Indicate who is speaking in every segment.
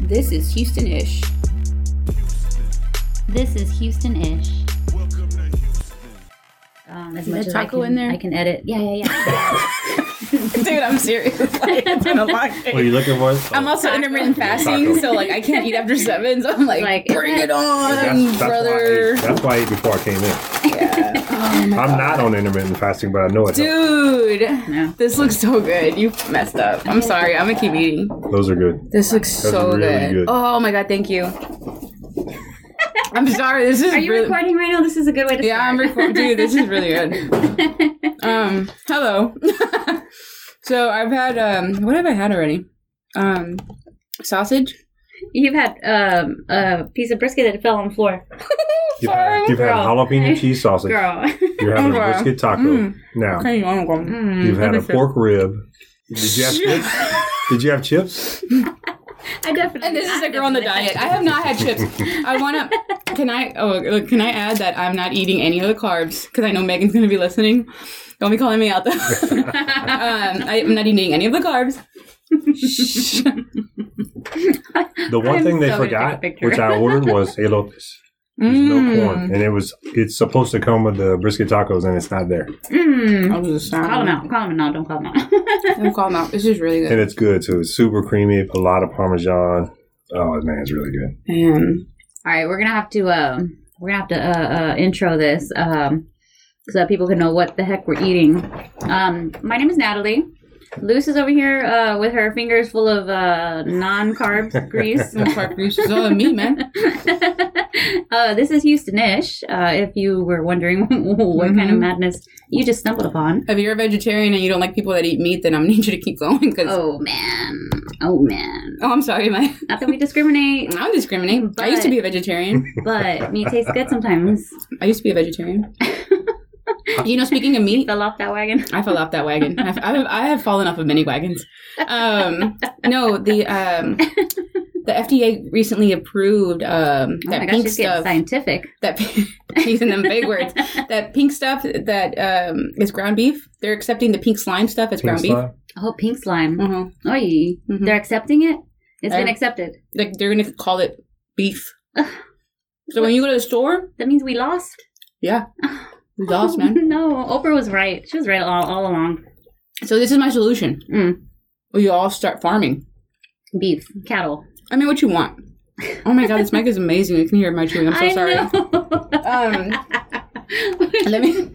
Speaker 1: This is Houston ish.
Speaker 2: This is Houston ish.
Speaker 3: Welcome to Houston.
Speaker 2: Um, as
Speaker 1: Is
Speaker 2: much
Speaker 1: there
Speaker 2: as I
Speaker 1: taco
Speaker 2: can,
Speaker 1: in there?
Speaker 2: I can edit. Yeah, yeah, yeah.
Speaker 1: Dude, I'm serious. Like, it's been a long day.
Speaker 4: What are you looking for?
Speaker 1: I'm also intermittent fasting,
Speaker 4: Taco.
Speaker 1: so like I can't eat after seven. So I'm like,
Speaker 2: Like,
Speaker 1: bring it on, brother.
Speaker 4: Why I ate, that's why I ate before I came in.
Speaker 1: Yeah. Oh, my
Speaker 4: I'm not on intermittent fasting, but I know it. helps.
Speaker 1: Dude,
Speaker 2: No.
Speaker 1: this looks so good. You messed up. I'm sorry. I'm gonna keep eating.
Speaker 4: Those are good.
Speaker 1: This looks
Speaker 4: That's
Speaker 1: so
Speaker 4: really
Speaker 1: good.
Speaker 4: good.
Speaker 1: Oh my god, thank you. I'm sorry. This is
Speaker 2: Are you
Speaker 1: really.
Speaker 2: recording right now? This is a good way to
Speaker 1: Yeah, I'm
Speaker 2: start.
Speaker 1: recording. Dude, this is really good. Um, hello. so I've had um, what have I had already? Um, sausage.
Speaker 2: You've had um, a piece of brisket that fell on the floor.
Speaker 4: You've had, you've had
Speaker 2: Girl.
Speaker 4: jalapeno cheese sausage.
Speaker 2: Girl.
Speaker 4: You're having
Speaker 1: Okay.
Speaker 4: a brisket taco.
Speaker 1: Mm.
Speaker 4: Now,
Speaker 1: Okay, you wanna go?
Speaker 2: Mm.
Speaker 4: you've had
Speaker 1: let
Speaker 4: a
Speaker 1: me see.
Speaker 4: pork rib. Did you have chips? Did you have chips?
Speaker 2: I definitely.
Speaker 1: And this is
Speaker 2: I
Speaker 1: a girl on the
Speaker 2: definitely-
Speaker 1: diet. I have not had chips. I wanna. Can I? Oh, look, can I add that I'm not eating any of the carbs because I know Megan's gonna be listening. Don't be calling me out though. um, I, I'm not eating any of the carbs.
Speaker 4: The one
Speaker 2: I'm
Speaker 4: thing they
Speaker 2: so gonna take a
Speaker 4: forgot,
Speaker 2: picture.
Speaker 4: which I ordered, was elotes. There's
Speaker 1: Mm.
Speaker 4: no corn, and it was. It's supposed to come with the brisket tacos, and it's not there.
Speaker 2: Mm.
Speaker 1: I was just
Speaker 2: Call him
Speaker 1: sound.
Speaker 2: out. Call him out. No, don't call him out.
Speaker 1: Don't call them out. This is really
Speaker 4: And
Speaker 1: good.
Speaker 4: it's good too. It's super creamy, put a lot of parmesan. Oh man, it's really good.
Speaker 1: And
Speaker 2: All right, we're gonna have to um, we're gonna have to uh, uh, intro this um, so that people can know what the heck we're eating. Um, my name is Natalie. Luce is over here uh, with her fingers full of uh, non-carb grease.
Speaker 1: some carb grease is all in me, man.
Speaker 2: uh, this is Houstonish. Uh, if you were wondering what kind of
Speaker 1: Mhm.
Speaker 2: madness you just stumbled upon.
Speaker 1: If you're a vegetarian and you don't like people that eat meat, then I'm gonna need you to keep going. Cause oh,
Speaker 2: Oh man! Oh man!
Speaker 1: I'm sorry, my
Speaker 2: Not that we discriminate,
Speaker 1: I'm discriminating. I used to be a vegetarian.
Speaker 2: but meat tastes good sometimes.
Speaker 1: I used to be a vegetarian. you know, speaking of meat,
Speaker 2: Fell off that wagon.
Speaker 1: I fell off that wagon. I've, I have, I have fallen off of many wagons. Um, no, the um, the FDA recently approved um,
Speaker 2: Oh
Speaker 1: that
Speaker 2: my gosh,
Speaker 1: pink
Speaker 2: she's getting
Speaker 1: stuff.
Speaker 2: scientific.
Speaker 1: That using them big words. That pink stuff that um, is ground beef. They're accepting the pink slime stuff as ground
Speaker 4: Pink slime.
Speaker 2: Oh, pink slime.
Speaker 1: beef. Uh-huh.
Speaker 2: Oy.
Speaker 1: Mhm.
Speaker 2: They're accepting it? It's been
Speaker 1: Um,
Speaker 2: accepted.
Speaker 1: like they're gonna call it beef. so when you go to the store,
Speaker 2: That means we lost?
Speaker 1: yeah, we lost, man.
Speaker 2: no, Oprah was right. She was right all, all along.
Speaker 1: So this is my solution.
Speaker 2: Mm.
Speaker 1: We all start farming.
Speaker 2: Beef, cattle.
Speaker 1: I mean, what you want? Oh my god, this mic is amazing. You can hear my chewing. I'm so
Speaker 2: I
Speaker 1: sorry.
Speaker 2: know.
Speaker 1: Um, let me.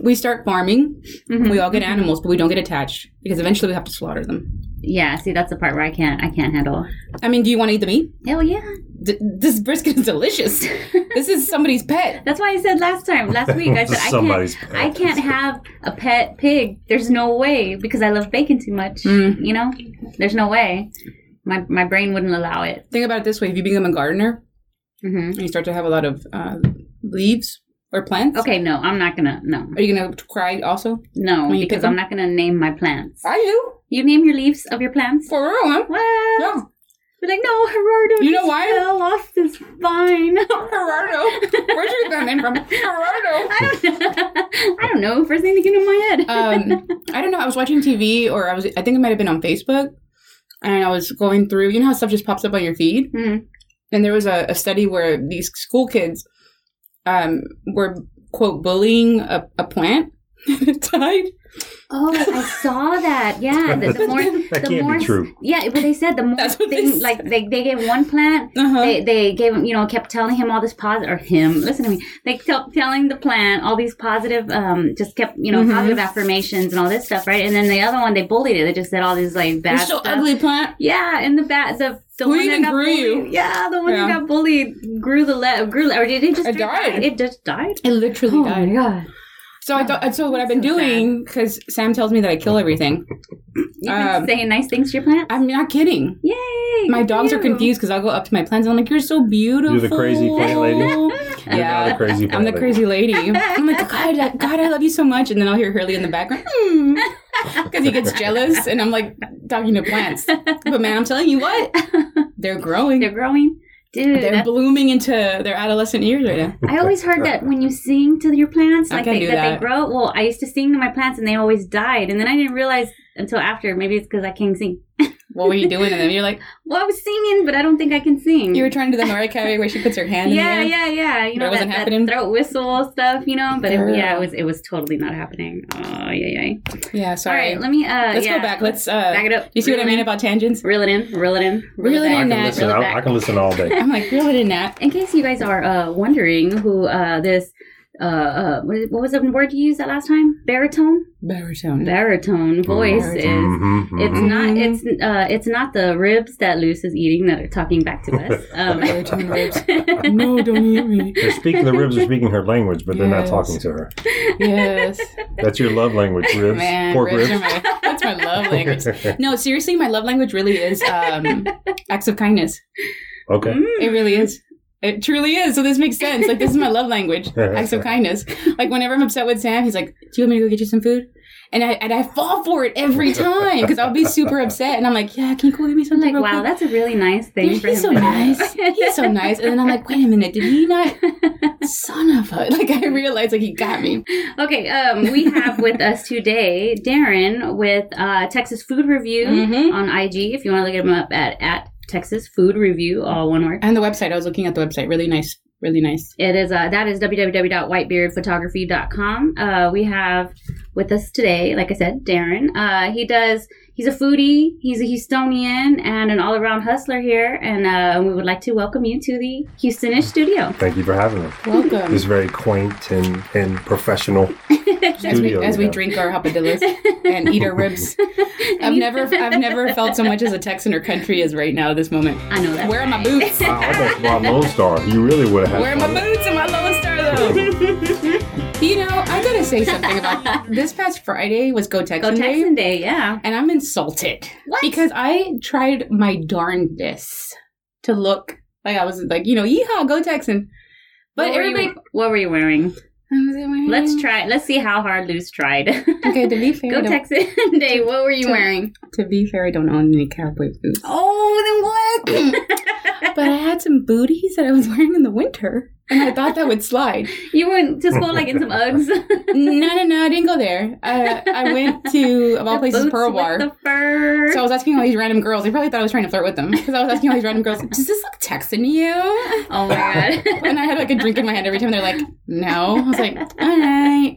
Speaker 1: We start farming.
Speaker 2: Mhm.
Speaker 1: We all get animals, but we don't get attached because eventually we have to slaughter them.
Speaker 2: Yeah, see, that's the part where I can't, I can't handle.
Speaker 1: I mean, do you want to eat the meat?
Speaker 2: Hell yeah.
Speaker 1: D- this brisket is delicious. this is somebody's pet.
Speaker 2: That's why I said last time, last week, I said I can't,
Speaker 4: Somebody's.
Speaker 2: I can't have a pet pig. There's no way because I love bacon too much.
Speaker 1: Mm.
Speaker 2: You know, there's no way. My my brain wouldn't allow it.
Speaker 1: Think about it this way: if you become a gardener
Speaker 2: hmm
Speaker 1: and you start to have a lot of uh, leaves or plants,
Speaker 2: Okay, no, I'm not gonna. No,
Speaker 1: Are you gonna cry also?
Speaker 2: no,
Speaker 1: Will you pick
Speaker 2: because
Speaker 1: them?
Speaker 2: I'm not gonna name my plants.
Speaker 1: I do.
Speaker 2: You name your leaves of your plants?
Speaker 1: For real, man.
Speaker 2: What?
Speaker 1: Yeah.
Speaker 2: We're like, no, Gerardo.
Speaker 1: You know
Speaker 2: just
Speaker 1: why?
Speaker 2: Fell off this vine.
Speaker 1: Gerardo. Where'd you get that name from? Gerardo.
Speaker 2: I don't know. I don't know. First thing that came to my head.
Speaker 1: Um, I don't know. I was watching TV or I was I think it might have been on Facebook and I was going through you know how stuff just pops up on your feed?
Speaker 2: Mm.
Speaker 1: And there was a, a study where these school kids um were quote bullying a, a plant and it died.
Speaker 2: Oh, I saw that. Yeah, the, the more.
Speaker 4: that
Speaker 2: the
Speaker 4: can't
Speaker 2: more
Speaker 4: be true.
Speaker 2: Yeah, but they said the more
Speaker 1: That's what they
Speaker 2: thing,
Speaker 1: said.
Speaker 2: like they, they gave one plant
Speaker 1: Uh-huh.
Speaker 2: they they gave him you know kept telling him all this positive or him listen to me they kept telling the plant all these positive um just kept you know
Speaker 1: Mhm.
Speaker 2: positive affirmations and all this stuff right and then the other one they bullied it they just said all these like bad
Speaker 1: You're so
Speaker 2: stuff.
Speaker 1: ugly plant.
Speaker 2: yeah and the bat the the
Speaker 1: Who
Speaker 2: one
Speaker 1: even
Speaker 2: that got
Speaker 1: grew you?
Speaker 2: bullied, yeah the one
Speaker 1: Yeah.
Speaker 2: that got bullied grew the le- grew or did it just
Speaker 1: It died.
Speaker 2: it just died
Speaker 1: It literally
Speaker 2: oh
Speaker 1: died.
Speaker 2: my god
Speaker 1: So I thought so what I've been
Speaker 2: So sad.
Speaker 1: doing, because Sam tells me that I kill everything.
Speaker 2: you've been
Speaker 1: Um,
Speaker 2: saying nice things to your plant
Speaker 1: I'm not kidding.
Speaker 2: yay
Speaker 1: My
Speaker 2: good for
Speaker 1: dogs are
Speaker 2: you.
Speaker 1: confused because I'll go up to my plants and I'm like, "You're so beautiful."
Speaker 4: crazy plant lady. You're
Speaker 1: yeah,
Speaker 4: not a crazy.
Speaker 1: I'm the
Speaker 4: plant lady.
Speaker 1: crazy lady. I'm like, God, I- God, I love you so much, and then I'll hear Hurley in the background because he gets jealous, and I'm like talking to plants. But man, I'm telling you what, they're growing.
Speaker 2: they're
Speaker 1: They're,
Speaker 2: growing dude that's
Speaker 1: blooming into their adolescent years right now.
Speaker 2: I always heard that when you sing to your plants,
Speaker 1: I
Speaker 2: like
Speaker 1: can
Speaker 2: they,
Speaker 1: do
Speaker 2: that,
Speaker 1: that.
Speaker 2: they grow. Well, I used to sing to my plants and they always died, and then I didn't realize until after. Maybe it's because I can't sing.
Speaker 1: what were you doing to them? You're like,
Speaker 2: Well, I was singing, but I don't think I can sing.
Speaker 1: you were trying to do the Mariah Carey where she puts her hand in the
Speaker 2: yeah,
Speaker 1: air.
Speaker 2: yeah, yeah. You know
Speaker 1: That wasn't
Speaker 2: that,
Speaker 1: happening?
Speaker 2: that throat whistle stuff, you know. But it, yeah,
Speaker 1: Girl.
Speaker 2: it was it was totally not happening. Oh yeah, yeah.
Speaker 1: Yeah,
Speaker 2: All
Speaker 1: sorry.
Speaker 2: right, let me. Uh,
Speaker 1: Let's
Speaker 2: yeah.
Speaker 1: go back. Let's, uh,
Speaker 2: back it up.
Speaker 1: you see what I
Speaker 2: Reel it
Speaker 1: mean
Speaker 2: in.
Speaker 1: about tangents?
Speaker 2: Reel it in. Reel it in.
Speaker 1: Reel it
Speaker 2: back.
Speaker 4: I
Speaker 1: Nah,
Speaker 4: can listen.
Speaker 2: really
Speaker 4: I,
Speaker 2: back.
Speaker 4: I can listen all day.
Speaker 1: I'm like, reel it in, Nat.
Speaker 2: In case you guys are uh, wondering who uh, this, uh, uh, what is- what was the word you used that last time? Baritone.
Speaker 1: Baritone.
Speaker 2: Baritone voice is.
Speaker 4: Mhm,
Speaker 1: Mm-hmm.
Speaker 2: It's
Speaker 4: mhm.
Speaker 2: not. It's uh. It's not the ribs that Luce is eating that are talking back to us. Um,
Speaker 1: Baritone ribs. Mm-hmm. No, don't eat me.
Speaker 4: They're speaking. The ribs are speaking her language, but they're not
Speaker 1: Yes.
Speaker 4: talking to her.
Speaker 1: Yes.
Speaker 4: That's your love language, ribs,
Speaker 1: Man,
Speaker 4: pork
Speaker 1: ribs
Speaker 4: ribs.
Speaker 1: are my, that's my love language. No, seriously, my love language really is um, acts of kindness.
Speaker 4: okay.
Speaker 2: Mm,
Speaker 1: It really is. It truly is. So this makes sense. Like this is my love language. Acts of kindness. Like whenever I'm upset with Sam, he's like, "Do you want me to go get you some food?" And I and I fall for it every time because I'll be super upset and I'm like, "Yeah, can you go get me
Speaker 2: I'm
Speaker 1: something?"
Speaker 2: like,
Speaker 1: real
Speaker 2: wow,
Speaker 1: quick?"
Speaker 2: that's a really nice thing. for him
Speaker 1: he's so
Speaker 2: to do.
Speaker 1: nice. He's so nice. And then I'm like, "Wait a minute, did he not?" Son of a like I realized like he got me.
Speaker 2: Okay, um, we have with us today Darren with uh, Texas Food Review
Speaker 1: Mhm.
Speaker 2: on IG. If you want to look him up at at Texas Food Review, all one word.
Speaker 1: And the website. I was looking at the website. Really nice. Really nice.
Speaker 2: It is uh, that is www.whitebeardphotography.com. Uh, we have with us today, like I said, Darren. Uh, he does. He's a foodie. He's a Houstonian and an all-around hustler here, and uh, we would like to welcome you to the Houstonish studio.
Speaker 4: Thank you for having me.
Speaker 1: Welcome.
Speaker 4: It's very quaint and, and professional.
Speaker 1: As we,
Speaker 4: studio
Speaker 1: as
Speaker 4: we
Speaker 1: we
Speaker 4: have.
Speaker 1: drink our hopadillas and eat our ribs. I've never I've never felt so much as a Texan or country as right now at this moment.
Speaker 2: I know that.
Speaker 1: Where are my boots?
Speaker 4: Wow, I almost brought Lone Star. You really would have
Speaker 1: Where are
Speaker 4: had
Speaker 1: my
Speaker 4: fun.
Speaker 1: boots and my Lone Star though? you know, I gotta say something about this past Friday was Go
Speaker 2: Go
Speaker 1: Texan Day,
Speaker 2: Texan Day, yeah.
Speaker 1: and I'm insulted
Speaker 2: What?
Speaker 1: because I tried my darndest to look like I was like you know yeehaw Go Texan, but
Speaker 2: what
Speaker 1: everybody. Mm.
Speaker 2: were you, what were you wearing? Let's
Speaker 1: try.
Speaker 2: try. Let's see how hard Luce tried.
Speaker 1: Okay, to be fair, I
Speaker 2: Go
Speaker 1: don't-
Speaker 2: Texan Day. What were you wearing?
Speaker 1: to be fair, I don't own any cowboy boots.
Speaker 2: Oh, then what?
Speaker 1: But I had some booties that I was wearing in the winter, and I thought that would slide.
Speaker 2: you went to school like in some Uggs.
Speaker 1: No, no, no, I didn't go there. Uh, I went to, of all
Speaker 2: The
Speaker 1: places,
Speaker 2: boots
Speaker 1: Pearl
Speaker 2: with
Speaker 1: Bar.
Speaker 2: The fur.
Speaker 1: So I was asking all these random girls. They probably thought I was trying to flirt with them because I was asking all these random girls, "Does this look Texan to you?"
Speaker 2: oh my god.
Speaker 1: And I had like a drink in my hand every time. They're like, "No." I was like, "All right."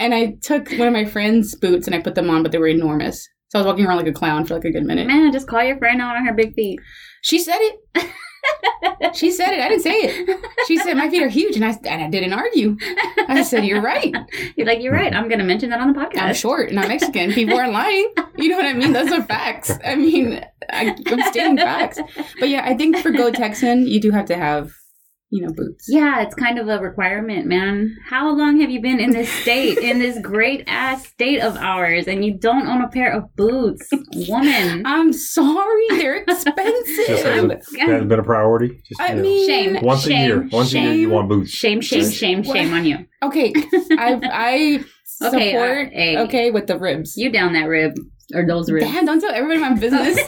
Speaker 1: And I took one of my friend's boots and I put them on, but they were enormous. So I was walking around like a clown for like a good minute.
Speaker 2: Man, just call your friend out on her big feet.
Speaker 1: She said it. She said it. I didn't say it. She said my feet are huge, and I and I didn't argue. I said you're right.
Speaker 2: You're like, you're right. I'm gonna mention that on the podcast.
Speaker 1: I'm short and I'm Mexican. People are lying. You know what I mean? Those are facts. I mean, I, I'm stating facts. But yeah, I think for Go Texan, you do have to have, you know, boots.
Speaker 2: Yeah, it's kind of a requirement, man. How long have you been in this state, in this great ass state of ours, and you don't own a pair of boots, woman?
Speaker 1: I'm sorry, they're
Speaker 4: Just
Speaker 1: expensive.
Speaker 4: hasn't, hasn't been a priority. Just,
Speaker 1: I
Speaker 4: you know,
Speaker 1: mean,
Speaker 2: Shame.
Speaker 4: once a year, once a year, you
Speaker 1: shame,
Speaker 4: want boots.
Speaker 2: Shame, shame, shame, shame on you.
Speaker 1: okay, I I support
Speaker 2: Okay,
Speaker 1: okay,
Speaker 2: uh, hey.
Speaker 1: with the ribs.
Speaker 2: You down that rib or those ribs?
Speaker 1: Damn, don't tell everybody my business.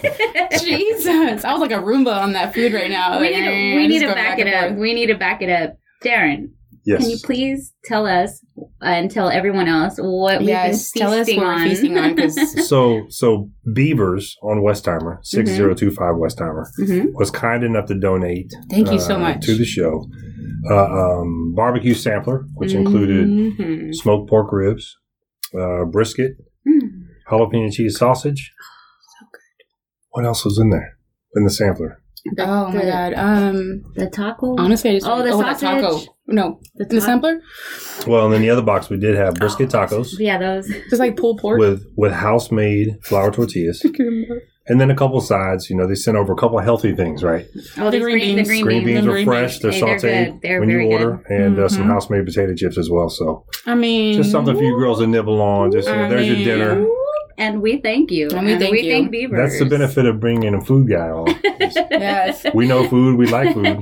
Speaker 1: Jesus, I was like a Roomba on that food right now.
Speaker 2: we
Speaker 1: Like,
Speaker 2: need
Speaker 1: eh,
Speaker 2: to, we
Speaker 1: just
Speaker 2: need to
Speaker 1: going
Speaker 2: back it
Speaker 1: and
Speaker 2: up.
Speaker 1: forth.
Speaker 2: We need to back it up. Darren,
Speaker 4: Yes.
Speaker 2: can you please tell us and tell everyone else what
Speaker 1: Yes,
Speaker 2: we've
Speaker 1: tell
Speaker 2: been
Speaker 1: us what
Speaker 2: feasting
Speaker 1: we're
Speaker 2: on?
Speaker 1: feasting on because
Speaker 4: so so Beavers on
Speaker 1: Mm-hmm.
Speaker 4: Westheimer, six zero two five Westheimer,
Speaker 2: Mhm.
Speaker 4: was kind enough to donate. uh,
Speaker 1: Thank you so much.
Speaker 4: to the show. Uh, um, barbecue sampler, which
Speaker 2: Mm.
Speaker 4: included
Speaker 2: Mm-hmm.
Speaker 1: Mhm.
Speaker 4: smoked pork ribs, uh, brisket,
Speaker 2: Mm.
Speaker 4: jalapeno cheese sausage. What else was in there in the sampler?
Speaker 1: Oh my
Speaker 2: the-
Speaker 1: god. Um.
Speaker 2: the taco.
Speaker 1: Honestly, I just
Speaker 2: Oh, the sausage.
Speaker 1: that taco. No,
Speaker 2: The
Speaker 1: the,
Speaker 2: ta-
Speaker 1: sampler.
Speaker 4: Well, and then the other box we did have brisket tacos
Speaker 2: Yeah, those.
Speaker 1: Just like pulled pork.
Speaker 4: with with house made flour tortillas, and then a couple sides. You know, they sent over a couple healthy things, right?
Speaker 2: Oh, the green, beans. The green,
Speaker 4: Green
Speaker 2: beans.
Speaker 4: beans
Speaker 1: the
Speaker 4: are
Speaker 1: green
Speaker 4: fresh. They're
Speaker 2: Hey, they're
Speaker 4: sautéed
Speaker 2: good. They're
Speaker 4: when
Speaker 2: very
Speaker 4: you
Speaker 2: good. Mm-hmm.
Speaker 4: order, and uh, some
Speaker 1: Mhm.
Speaker 4: house made potato chips as well. So
Speaker 1: I mean,
Speaker 4: just something for you girls to nibble on. Just you know,
Speaker 1: I
Speaker 4: there's your dinner.
Speaker 1: mean-
Speaker 2: And we thank you.
Speaker 1: And we thank you.
Speaker 2: Beavers.
Speaker 4: That's the benefit of bringing a food guy on. is
Speaker 1: Yes.
Speaker 4: we know food. We like food.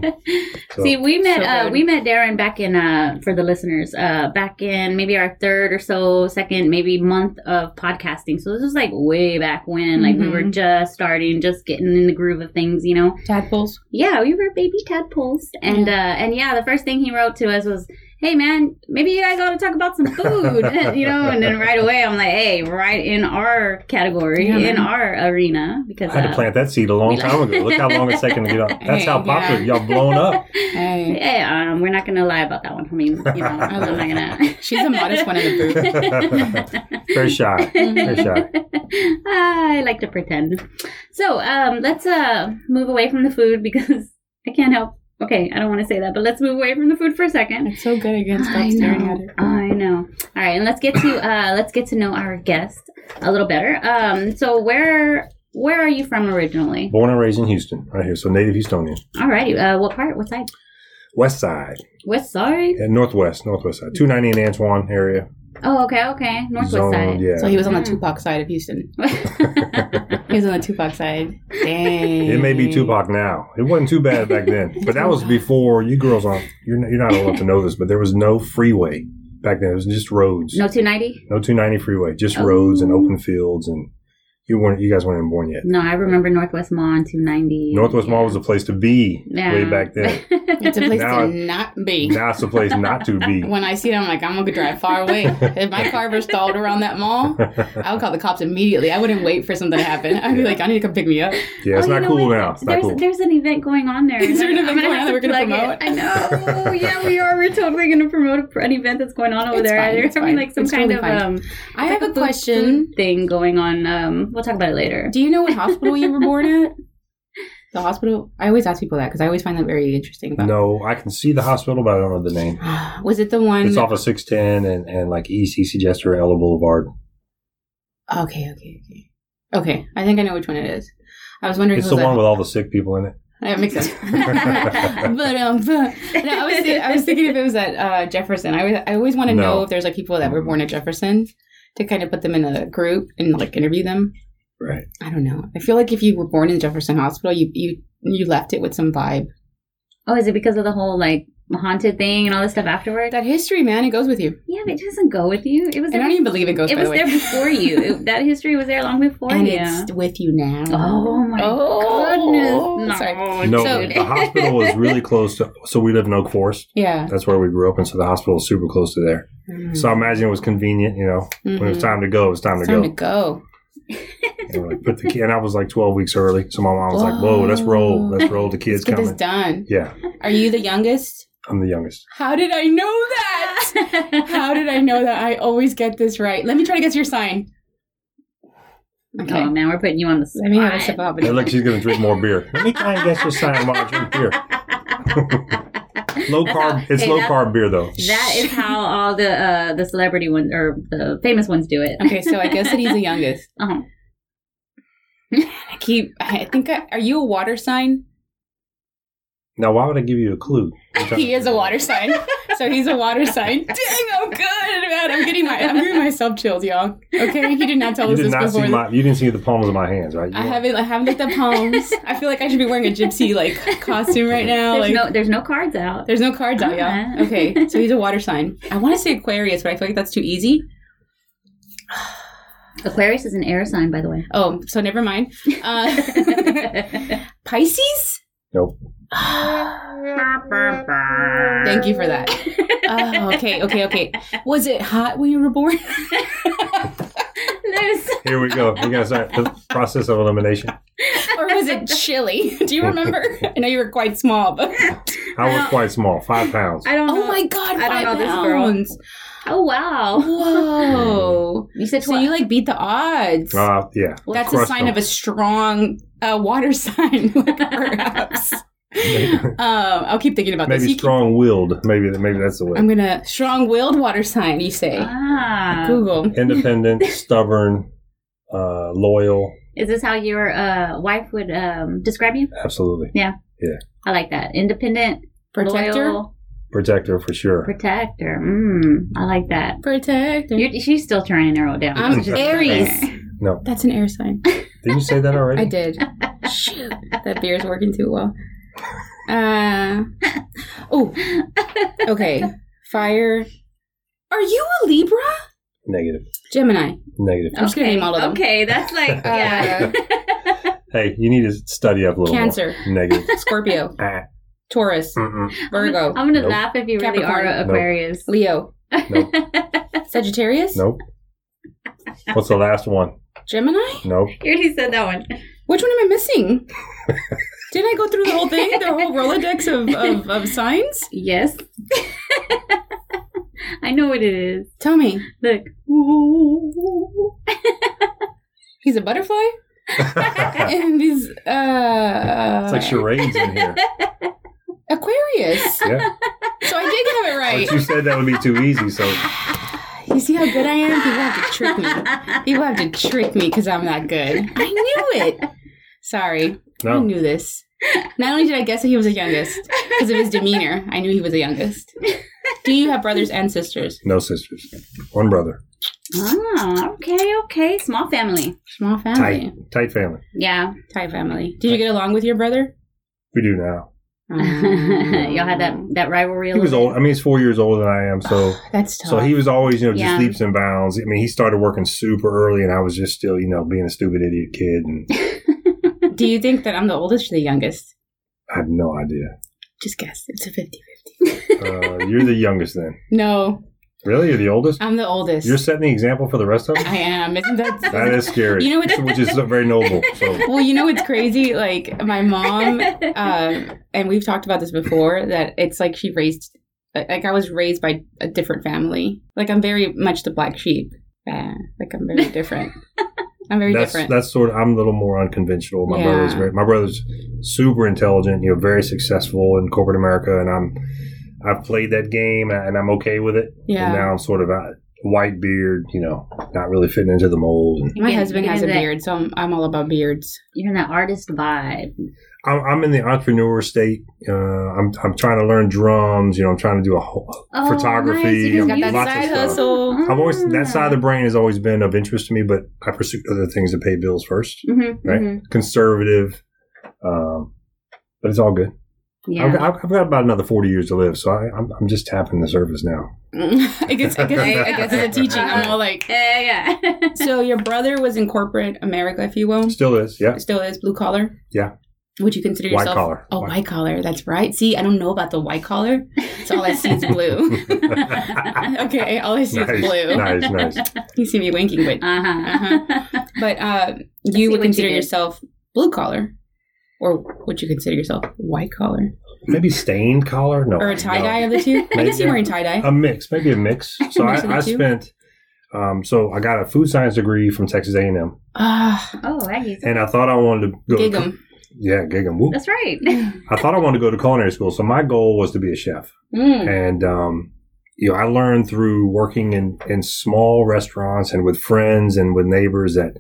Speaker 4: So-
Speaker 2: See, we met
Speaker 1: So
Speaker 2: uh,
Speaker 1: good.
Speaker 2: we met Darren back in uh, for the listeners uh, back in maybe our third or so second maybe month of podcasting. So this was like way back when, like we were
Speaker 1: Mhm.
Speaker 2: just starting, just getting in the groove of things, you know.
Speaker 1: Tadpoles.
Speaker 2: Yeah, we were baby tadpoles, and uh, and yeah, the first thing he wrote to us was hey man, maybe you guys ought to talk about some food, you know. And then right away, I'm like, hey, right in our category,
Speaker 1: Yeah,
Speaker 2: in
Speaker 1: man.
Speaker 2: our arena, because
Speaker 4: I had
Speaker 2: uh,
Speaker 4: to plant that seed a long
Speaker 2: we
Speaker 4: time
Speaker 2: like-
Speaker 4: ago. Look how long it's taken to get up. That's how
Speaker 1: Hey, yeah.
Speaker 4: popular y'all blown up.
Speaker 1: Hey,
Speaker 2: Yeah, um, we're not gonna lie about that one. I mean, you know, I'm not gonna.
Speaker 1: she's the modest one in the booth.
Speaker 4: Very shy. Very shy.
Speaker 2: I like to pretend. So um, let's uh, move away from the food because I can't help. Okay, I don't want to say that, but let's move away from the food for a second.
Speaker 1: It's so good against
Speaker 2: I
Speaker 1: stop staring
Speaker 2: know.
Speaker 1: at her.
Speaker 2: I know. All right, and let's get to uh, let's get to know our guest a little better. Um, so where where are you from originally?
Speaker 4: Born and raised in Houston, right here. So native Houstonian.
Speaker 2: All right, uh, what part? What side?
Speaker 4: West side.
Speaker 2: West side.
Speaker 4: Yeah, northwest, northwest side. 290 and Antoine area.
Speaker 2: Oh, okay, okay, northwest
Speaker 4: Zone,
Speaker 2: side.
Speaker 4: Yeah.
Speaker 1: So he was on the
Speaker 2: Mm.
Speaker 1: Tupac side of Houston. He was on the Tupac side. Dang.
Speaker 4: It may be Tupac now. It wasn't too bad back then, but that was before you girls on. You're not, you're not old enough to know this, but there was no freeway back then. It was just roads.
Speaker 2: no two ninety.
Speaker 4: No 290 freeway, just
Speaker 2: Oh.
Speaker 4: roads and open fields, and you weren't. You guys weren't even born yet.
Speaker 2: No, I remember Northwest Mall and 290.
Speaker 4: Northwest Mall was
Speaker 2: a
Speaker 4: the place to be
Speaker 2: Yeah.
Speaker 4: way back then.
Speaker 1: It's a place to
Speaker 4: Now-
Speaker 1: not be.
Speaker 4: now it's the place not to be.
Speaker 1: When I see it, I'm like, I'm gonna drive far away. if my car ever stalled around that mall, I would call the cops immediately. I wouldn't wait for something to happen. I'd be like, I need to come pick me up.
Speaker 4: Yeah, it's
Speaker 2: Oh, you
Speaker 4: not
Speaker 2: know
Speaker 4: cool
Speaker 2: what?
Speaker 4: now. It's not
Speaker 2: there's,
Speaker 4: cool.
Speaker 2: there's an event going on there.
Speaker 1: Is there an
Speaker 2: I'm
Speaker 1: event
Speaker 2: gonna
Speaker 1: going
Speaker 2: have
Speaker 1: on that we're gonna
Speaker 2: plug it. I know. yeah, we are. We're totally going to promote an event that's going on over
Speaker 1: It's
Speaker 2: there.
Speaker 1: fine,
Speaker 2: They're
Speaker 1: it's
Speaker 2: having
Speaker 1: fine.
Speaker 2: like some
Speaker 1: It's
Speaker 2: kind
Speaker 1: totally
Speaker 2: of
Speaker 1: fine.
Speaker 2: um.
Speaker 1: I
Speaker 2: it's like
Speaker 1: have a
Speaker 2: food-
Speaker 1: question.
Speaker 2: food thing going on. Um, we'll talk about it later.
Speaker 1: Do you know what hospital you were born at? The hospital. I always ask people that because I always find that very interesting. But
Speaker 4: No, I can see the hospital, but I don't know the name.
Speaker 1: was it the one?
Speaker 4: It's off of 610 and, and like East East Jester Ella Boulevard.
Speaker 1: okay, okay, okay, okay. I think I know which one it is. I was wondering.
Speaker 4: It's
Speaker 1: if
Speaker 4: the
Speaker 1: it was
Speaker 4: one with all the sick people in it.
Speaker 1: that. That makes sense. but um, but- no, I was thi- I was thinking if it was at uh, Jefferson. I was, I always want to
Speaker 4: No.
Speaker 1: know if there's like people that were born at Jefferson to kind of put them in a group and like interview them.
Speaker 4: Right.
Speaker 1: I don't know. I feel like if you were born in Jefferson Hospital, you you you left it with some vibe.
Speaker 2: oh, is it because of the whole like haunted thing and all this stuff afterward?
Speaker 1: That history, man, it goes with you.
Speaker 2: Yeah, but it doesn't go with you. It was.
Speaker 1: And I
Speaker 2: there,
Speaker 1: don't even believe it goes.
Speaker 2: it
Speaker 1: by
Speaker 2: was
Speaker 1: the way.
Speaker 2: there before you. It- that history was there long before
Speaker 1: and
Speaker 2: you.
Speaker 1: it's with you now.
Speaker 2: Oh my
Speaker 1: Oh,
Speaker 2: goodness!
Speaker 1: sorry.
Speaker 4: No,
Speaker 1: So-
Speaker 4: the hospital was really close to. So we live in Oak Forest.
Speaker 1: Yeah.
Speaker 4: That's where we grew up, and so the hospital was super close to there. So I
Speaker 2: Mm-hmm.
Speaker 4: imagine it was convenient, you know, when it was
Speaker 1: Mhm.
Speaker 4: time to go, it was time to
Speaker 1: It's time
Speaker 4: go.
Speaker 1: to go.
Speaker 4: And, we're like, put the kid, and I was like 12 weeks early, so my mom was like, "Whoa, let's roll, let's roll." The
Speaker 1: Let's
Speaker 4: kids
Speaker 1: get this
Speaker 4: coming.
Speaker 1: done.
Speaker 4: Yeah,
Speaker 1: Are you the youngest?
Speaker 4: I'm the youngest.
Speaker 1: How did I know that? How did I know that? I always get this right. Let me try to guess your sign. Okay.
Speaker 2: Oh man, we're putting you on the spot.
Speaker 1: Let me have a sip of
Speaker 4: Yeah,
Speaker 1: it.
Speaker 4: look, she's gonna drink more beer. Let me try and guess your sign while I drink beer. Low
Speaker 2: That's
Speaker 4: carb.
Speaker 2: how-
Speaker 4: it's
Speaker 2: hey,
Speaker 4: low
Speaker 2: that's-
Speaker 4: carb beer though.
Speaker 2: That is how all the uh, the celebrity ones or the famous ones do it.
Speaker 1: Okay, so I guess that he's the youngest.
Speaker 2: Uh-huh.
Speaker 1: I keep. I think. I, are you a water sign?
Speaker 4: Now, why would I give you a clue?
Speaker 1: He is a water sign. So he's a water sign. Dang, I'm good, man. I'm getting my. I'm giving myself chills, y'all. Okay, he did not tell
Speaker 4: You
Speaker 1: us
Speaker 4: did
Speaker 1: this
Speaker 4: not
Speaker 1: before.
Speaker 4: see my. You didn't see the palms of my hands, right? You
Speaker 1: I
Speaker 4: know?
Speaker 1: haven't. I haven't looked at palms. I feel like I should be wearing a gypsy like costume right now.
Speaker 2: There's
Speaker 1: like
Speaker 2: no there's no cards out.
Speaker 1: there's no cards out, y'all.
Speaker 2: Uh-huh.
Speaker 1: Okay, so he's a water sign. I want to say Aquarius, but I feel like that's too easy.
Speaker 2: Aquarius is an air sign, by the way.
Speaker 1: Oh, so never mind. Uh,
Speaker 2: Thank
Speaker 1: Pisces.
Speaker 4: Nope.
Speaker 1: Thank you for that. Oh, okay, okay, okay. Was it hot when you were born?
Speaker 2: Loose.
Speaker 4: Here we go. We got to start the process of elimination.
Speaker 1: or was it chilly? Do you remember? I know you were quite small, but
Speaker 4: I was quite small, five pounds.
Speaker 2: I don't.
Speaker 1: oh
Speaker 2: know.
Speaker 1: my god,
Speaker 2: I don't
Speaker 1: five
Speaker 2: know this girl.
Speaker 1: pounds.
Speaker 2: Oh wow.
Speaker 1: Whoa!
Speaker 2: You said
Speaker 1: So
Speaker 2: twelve.
Speaker 1: you like beat the odds.
Speaker 4: Uh, yeah.
Speaker 1: That's a
Speaker 4: crushed
Speaker 1: sign
Speaker 4: them.
Speaker 1: of a strong uh, water sign, like, perhaps. um, I'll keep thinking about this.
Speaker 4: Maybe
Speaker 1: You keep-
Speaker 4: strong-willed. Maybe maybe that's the way.
Speaker 1: I'm gonna strong-willed water sign. You say
Speaker 2: ah.
Speaker 1: Google.
Speaker 4: Independent, stubborn, uh, loyal.
Speaker 2: Is this how your uh, wife would um, describe you?
Speaker 4: Absolutely.
Speaker 2: I like that. Independent,
Speaker 1: Protector.
Speaker 2: loyal,
Speaker 4: Protector for sure.
Speaker 2: protector. Mm, I like that.
Speaker 1: Protector.
Speaker 2: you she's still trying to narrow it down.
Speaker 1: I'm
Speaker 2: She's
Speaker 1: Aries.
Speaker 2: trying.
Speaker 4: No.
Speaker 1: That's an air sign.
Speaker 4: Didn't you say that already?
Speaker 1: I did. Shoot, that beer's working too well. Uh, oh, okay. Fire. Are you a Libra?
Speaker 4: Negative.
Speaker 1: Gemini.
Speaker 4: Negative.
Speaker 1: I'm just gonna name all of them.
Speaker 2: Okay, that's like
Speaker 1: Uh,
Speaker 2: yeah.
Speaker 4: Hey, you need to study up a little
Speaker 1: Cancer.
Speaker 4: more. Negative.
Speaker 1: Scorpio.
Speaker 4: Ah,
Speaker 1: Taurus,
Speaker 4: Mm-mm.
Speaker 1: Virgo,
Speaker 2: I'm gonna
Speaker 4: Nope.
Speaker 2: laugh if you really are
Speaker 1: Capricorn.
Speaker 2: a
Speaker 4: Nope.
Speaker 2: Aquarius.
Speaker 1: Leo,
Speaker 4: Nope.
Speaker 1: Sagittarius,
Speaker 4: Nope. What's the last one?
Speaker 1: Gemini.
Speaker 4: Nope.
Speaker 2: You already said that one.
Speaker 1: Which one am I missing? Didn't I go through the whole thing, the whole Rolodex of, of, of signs?
Speaker 2: Yes. I know what it is.
Speaker 1: Tell me,
Speaker 2: Look.
Speaker 1: he's a butterfly?
Speaker 4: it's
Speaker 1: and he's, uh.
Speaker 4: like charades in here.
Speaker 1: Aquarius.
Speaker 4: Yeah. Oh,
Speaker 1: So I did have it
Speaker 4: But
Speaker 1: right.
Speaker 4: you said that would be too easy, so
Speaker 1: You see how good I am? People have to trick me. People have to trick me because I'm not good. I knew it. Sorry. I
Speaker 4: no.
Speaker 1: knew this. Not only did I guess that he was the youngest because of his demeanor, I knew he was the youngest. Do you have brothers and sisters?
Speaker 4: No sisters. One brother.
Speaker 2: ah, okay, okay. Small family.
Speaker 1: Small
Speaker 4: Tight.
Speaker 1: family.
Speaker 4: Tight family.
Speaker 2: Yeah.
Speaker 1: Thai family. Did you get along with your brother?
Speaker 4: We do now.
Speaker 2: Y'all had
Speaker 1: Um,
Speaker 2: that,
Speaker 1: Oh.
Speaker 2: that rivalry a
Speaker 4: He was
Speaker 2: little
Speaker 4: old. I mean, he's four years older than I am, so
Speaker 1: That's tough.
Speaker 4: so he was always, you know, just
Speaker 2: Yeah.
Speaker 4: leaps and bounds. I mean, he started working super early, and I was just still, you know, being a stupid idiot kid, and
Speaker 1: Do you think that I'm the oldest or the youngest?
Speaker 4: I have no idea.
Speaker 1: Just guess. It's a 50.
Speaker 4: Uh, you're the youngest, then.
Speaker 1: No,
Speaker 4: Really, you're the oldest.
Speaker 1: I'm the oldest.
Speaker 4: You're setting the example for the rest of them.
Speaker 1: I am. Isn't that?
Speaker 4: That is scary.
Speaker 1: You know what-
Speaker 4: which is uh, very noble. So
Speaker 1: well, you know what's crazy? Like my mom,
Speaker 2: bit.
Speaker 1: um, and we've talked about this before. That it's like she raised, like like I was raised by a different family. Like I'm very much the black sheep. Uh, like I'm very different. I'm very
Speaker 4: that's
Speaker 1: different.
Speaker 4: that's sort of. I'm a little more unconventional. My
Speaker 1: Yeah.
Speaker 4: brother's very, my brother's super intelligent. You know, very successful in corporate America, and I'm I've played that game, and I'm okay with it. And
Speaker 1: yeah.
Speaker 4: now I'm sort of a white beard. You know, not really fitting into the mold. And
Speaker 1: My husband
Speaker 2: You're
Speaker 1: has a
Speaker 2: that-
Speaker 1: beard, so I'm, I'm all about beards.
Speaker 2: You're in that artist vibe.
Speaker 4: I'm, I'm in the entrepreneur state. Uh, I'm I'm trying to learn drums. You know, I'm trying to do a whole
Speaker 2: Oh, nice,
Speaker 4: photography.
Speaker 2: you Got
Speaker 1: got that
Speaker 2: that Ah.
Speaker 4: lots of
Speaker 1: side
Speaker 4: stuff.
Speaker 1: hustle.
Speaker 4: I've always that side
Speaker 1: Hmm.
Speaker 4: of the brain has always been of interest to me, but I pursued other things to pay bills first.
Speaker 2: Mm-hmm,
Speaker 4: Right. Conservative, um, but it's all good.
Speaker 2: Yeah.
Speaker 4: I've, I've, I've got about another forty years to live, so I, I'm, I'm just tapping the surface now.
Speaker 1: I guess I guess, I guess it's a teaching. I'm all like,
Speaker 2: Yeah, yeah.
Speaker 1: so your brother was in corporate America, if you will.
Speaker 4: Still is, yeah.
Speaker 1: Still is blue collar.
Speaker 4: Yeah.
Speaker 1: Would you consider
Speaker 4: White
Speaker 1: yourself
Speaker 4: collar.
Speaker 1: Oh,
Speaker 4: White-
Speaker 1: white collar. That's right. See, I don't know about the white collar, so all I see is blue. okay, all I see is
Speaker 4: nice,
Speaker 1: blue.
Speaker 4: nice, nice.
Speaker 1: You see me winking, but
Speaker 2: uh-huh.
Speaker 1: but uh,
Speaker 2: see
Speaker 1: you
Speaker 2: what you
Speaker 1: would consider
Speaker 2: did.
Speaker 1: yourself blue collar, or would you consider yourself white collar,
Speaker 4: Maybe stained collar, no,
Speaker 1: or a tie
Speaker 4: no.
Speaker 1: dye of the two? I guess
Speaker 4: Maybe. Uh,
Speaker 1: you're wearing tie dye.
Speaker 4: a mix, maybe a mix. So
Speaker 1: Mix of the
Speaker 4: I, I
Speaker 1: two.
Speaker 4: spent. Um, so I got a food science degree from Texas A and M,
Speaker 1: Ah,
Speaker 2: oh, Aggies.
Speaker 4: and I thought I wanted to go. to-
Speaker 1: Gig'em.
Speaker 4: yeah, Gig'em. Woo.
Speaker 2: That's right.
Speaker 4: I thought I wanted to go to culinary school, so my goal was to be a chef.
Speaker 1: Mm.
Speaker 4: And um, you know, I learned through working in in small restaurants and with friends and with neighbors that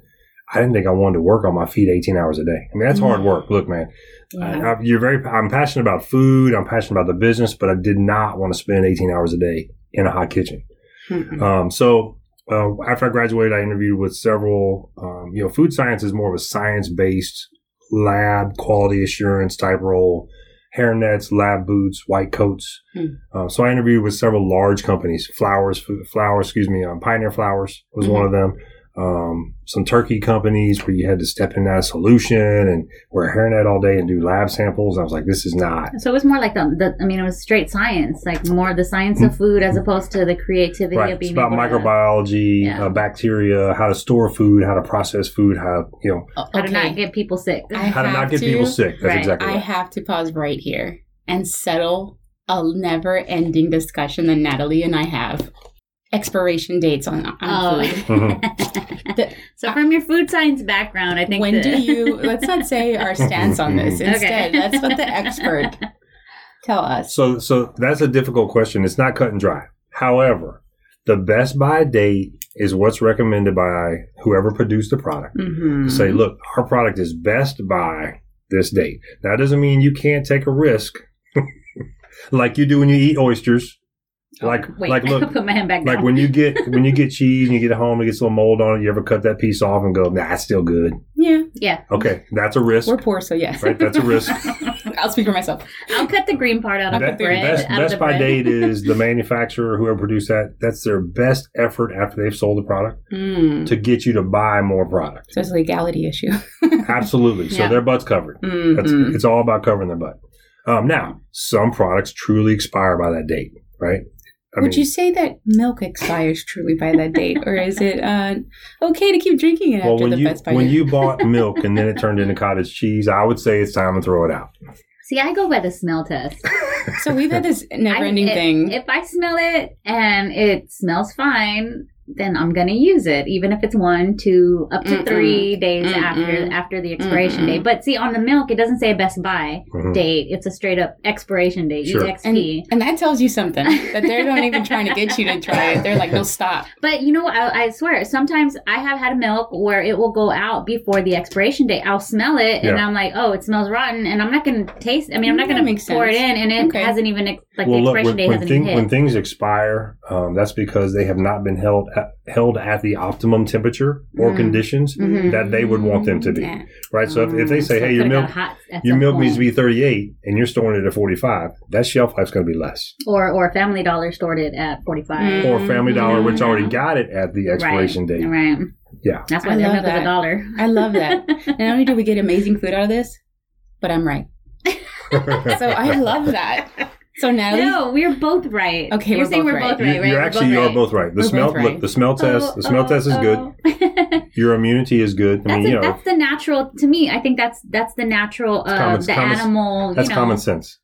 Speaker 4: I didn't think I wanted to work on my feet 18 hours a day. I mean, that's hard
Speaker 1: Mm.
Speaker 4: work. Look, man,
Speaker 1: Yeah.
Speaker 4: I, I, you're very. I'm passionate about food. I'm passionate about the business, but I did not want to spend 18 hours a day in a hot kitchen.
Speaker 1: Mm-mm.
Speaker 4: Um, so uh, after I graduated, I interviewed with several. Um, you know, food science is more of a science based lab quality assurance type role. Hairnets, lab boots, white coats.
Speaker 1: Hmm.
Speaker 4: Uh, so I interviewed with several large companies. Flowers, F- flowers, excuse me, um, Pioneer Flowers was one of them. Um, some turkey companies where you had to step in that solution and wear a hairnet all day and do lab samples. I was like, this is not.
Speaker 2: So it was more like the, the, I mean, it was straight science, like more of the science of food as opposed to the creativity
Speaker 4: Mm. Right.
Speaker 2: of
Speaker 4: It's
Speaker 2: being
Speaker 4: about
Speaker 2: able to-
Speaker 4: microbiology,
Speaker 2: Yeah.
Speaker 4: uh, bacteria, how to store food, how to process food, how, you know,
Speaker 2: How to
Speaker 1: Okay.
Speaker 2: not get people sick.
Speaker 1: I
Speaker 4: how to
Speaker 1: have
Speaker 4: not get people sick. That's
Speaker 2: Right.
Speaker 4: exactly
Speaker 1: I
Speaker 4: right.
Speaker 1: have to pause right here and settle a never ending discussion that Natalie and I have. Expiration dates on, on
Speaker 2: Oh.
Speaker 1: food.
Speaker 4: Mhm.
Speaker 2: Um, so from your food science background, I think
Speaker 1: When
Speaker 2: that-
Speaker 1: do you, let's not say our stance on this.
Speaker 2: Okay.
Speaker 1: Instead, that's what the expert tell us.
Speaker 4: So, so that's a difficult question. It's not cut and dry. However, the best by date is what's recommended by whoever produced the product.
Speaker 2: Mhm.
Speaker 4: To Say, look, our product is best by this date. That doesn't mean you can't take a risk, like you do when you eat oysters. Like,
Speaker 2: Oh, Wait,
Speaker 4: like, look,
Speaker 2: put my hand back
Speaker 4: like
Speaker 2: down.
Speaker 4: when you get when you get cheese and you get it home, it gets a little mold on it. You ever cut that piece off and go, nah, it's still good.
Speaker 1: Yeah,
Speaker 2: yeah,
Speaker 4: Okay, that's a risk,
Speaker 1: we're poor, so yes.
Speaker 4: right? That's a risk.
Speaker 1: I'll speak for myself.
Speaker 2: I'll cut the green part out of
Speaker 4: Be-
Speaker 2: the bread.
Speaker 4: best
Speaker 2: out of
Speaker 4: best
Speaker 2: the
Speaker 4: by
Speaker 2: bread.
Speaker 4: date is the manufacturer, whoever produced that. That's their best effort after they've sold the product
Speaker 1: Mm.
Speaker 4: to get you to buy more product.
Speaker 1: So it's a legality issue. Hmm,
Speaker 4: Absolutely. So
Speaker 2: Yeah.
Speaker 4: their butt's covered. That's,
Speaker 1: Mm-mm.
Speaker 4: It's all about covering their butt. Um, now, some products truly expire by that date, right? I
Speaker 1: Would you say that milk expires truly by that date, or is it uh, okay to keep drinking it
Speaker 4: well,
Speaker 1: after
Speaker 4: when
Speaker 1: the
Speaker 4: you
Speaker 1: best by
Speaker 4: when you bought milk and then it turned into cottage cheese, I would say it's time to throw it out.
Speaker 2: See, I go by the smell test.
Speaker 1: So we've had this
Speaker 2: I-
Speaker 1: never-ending
Speaker 2: if-
Speaker 1: thing.
Speaker 2: If I smell it and it smells fine, then I'm gonna use it, even if it's one, two, up to
Speaker 1: Mm-mm.
Speaker 2: three days
Speaker 1: Mm-mm.
Speaker 2: after after the expiration
Speaker 1: Mm-mm.
Speaker 2: date. But see, on the milk, it doesn't say best by
Speaker 4: Mhm.
Speaker 2: date; it's a straight up expiration date.
Speaker 4: Sure.
Speaker 2: EXP.
Speaker 1: and, and that tells you something that they're not even trying to get you to try it. They're like, no, stop.
Speaker 2: But you know, what? I, I swear, sometimes I have had a milk where it will go out before the expiration date. I'll smell it, and
Speaker 4: Yeah.
Speaker 2: I'm like, "Oh, it smells rotten," and I'm not going to taste. I mean, I'm not
Speaker 1: That
Speaker 2: going
Speaker 1: makes
Speaker 2: to pour it
Speaker 1: sense.
Speaker 2: in, and it
Speaker 1: Okay.
Speaker 2: hasn't even ex- like
Speaker 4: well,
Speaker 2: the
Speaker 4: look,
Speaker 2: expiration
Speaker 4: when,
Speaker 2: date
Speaker 4: when,
Speaker 2: hasn't
Speaker 4: thing,
Speaker 2: even
Speaker 4: when
Speaker 2: hit.
Speaker 4: things expire, um, that's because they have not been held at, held at the optimum temperature or
Speaker 2: Mm.
Speaker 4: conditions
Speaker 2: Mhm.
Speaker 4: that they would want them to be,
Speaker 1: Yeah.
Speaker 4: right? So if, if they
Speaker 2: Mm,
Speaker 4: say,
Speaker 2: so it
Speaker 4: "Hey, your
Speaker 2: could've got
Speaker 4: milk
Speaker 2: hot at
Speaker 4: your
Speaker 2: some
Speaker 4: milk needs to
Speaker 2: point.
Speaker 4: be 38," and you're storing it at 45, that shelf life's going to be less.
Speaker 2: or or Family Dollar stored it at forty five.
Speaker 1: Mm.
Speaker 4: Or Family
Speaker 2: Mm-hmm.
Speaker 4: Dollar, which already
Speaker 1: Mhm.
Speaker 4: got it at the expiration date.
Speaker 2: Right.
Speaker 4: Yeah.
Speaker 2: That's why
Speaker 1: I
Speaker 2: their
Speaker 1: love
Speaker 2: milk is a
Speaker 1: that.
Speaker 2: dollar.
Speaker 1: I love that. Not only do we get amazing food out of this, but I'm right. So I love that. So Natalie,
Speaker 2: No, we're both right.
Speaker 1: Okay,
Speaker 2: you're
Speaker 1: we're
Speaker 2: saying
Speaker 1: both
Speaker 2: we're both
Speaker 4: You-
Speaker 2: right,
Speaker 4: you're
Speaker 2: right? We're
Speaker 4: actually you are both right. The
Speaker 1: We're
Speaker 4: smell,
Speaker 1: both right.
Speaker 4: look, the smell
Speaker 2: right.
Speaker 4: test, the smell
Speaker 2: Oh,
Speaker 4: test is
Speaker 2: oh,
Speaker 4: good.
Speaker 2: oh.
Speaker 4: Your immunity is good. I
Speaker 2: that's,
Speaker 4: mean,
Speaker 2: a-
Speaker 4: you know,
Speaker 2: that's the natural to me. I think that's that's the natural of
Speaker 4: common-
Speaker 2: the
Speaker 4: common-
Speaker 2: animal.
Speaker 4: that's
Speaker 2: you know.
Speaker 4: common sense.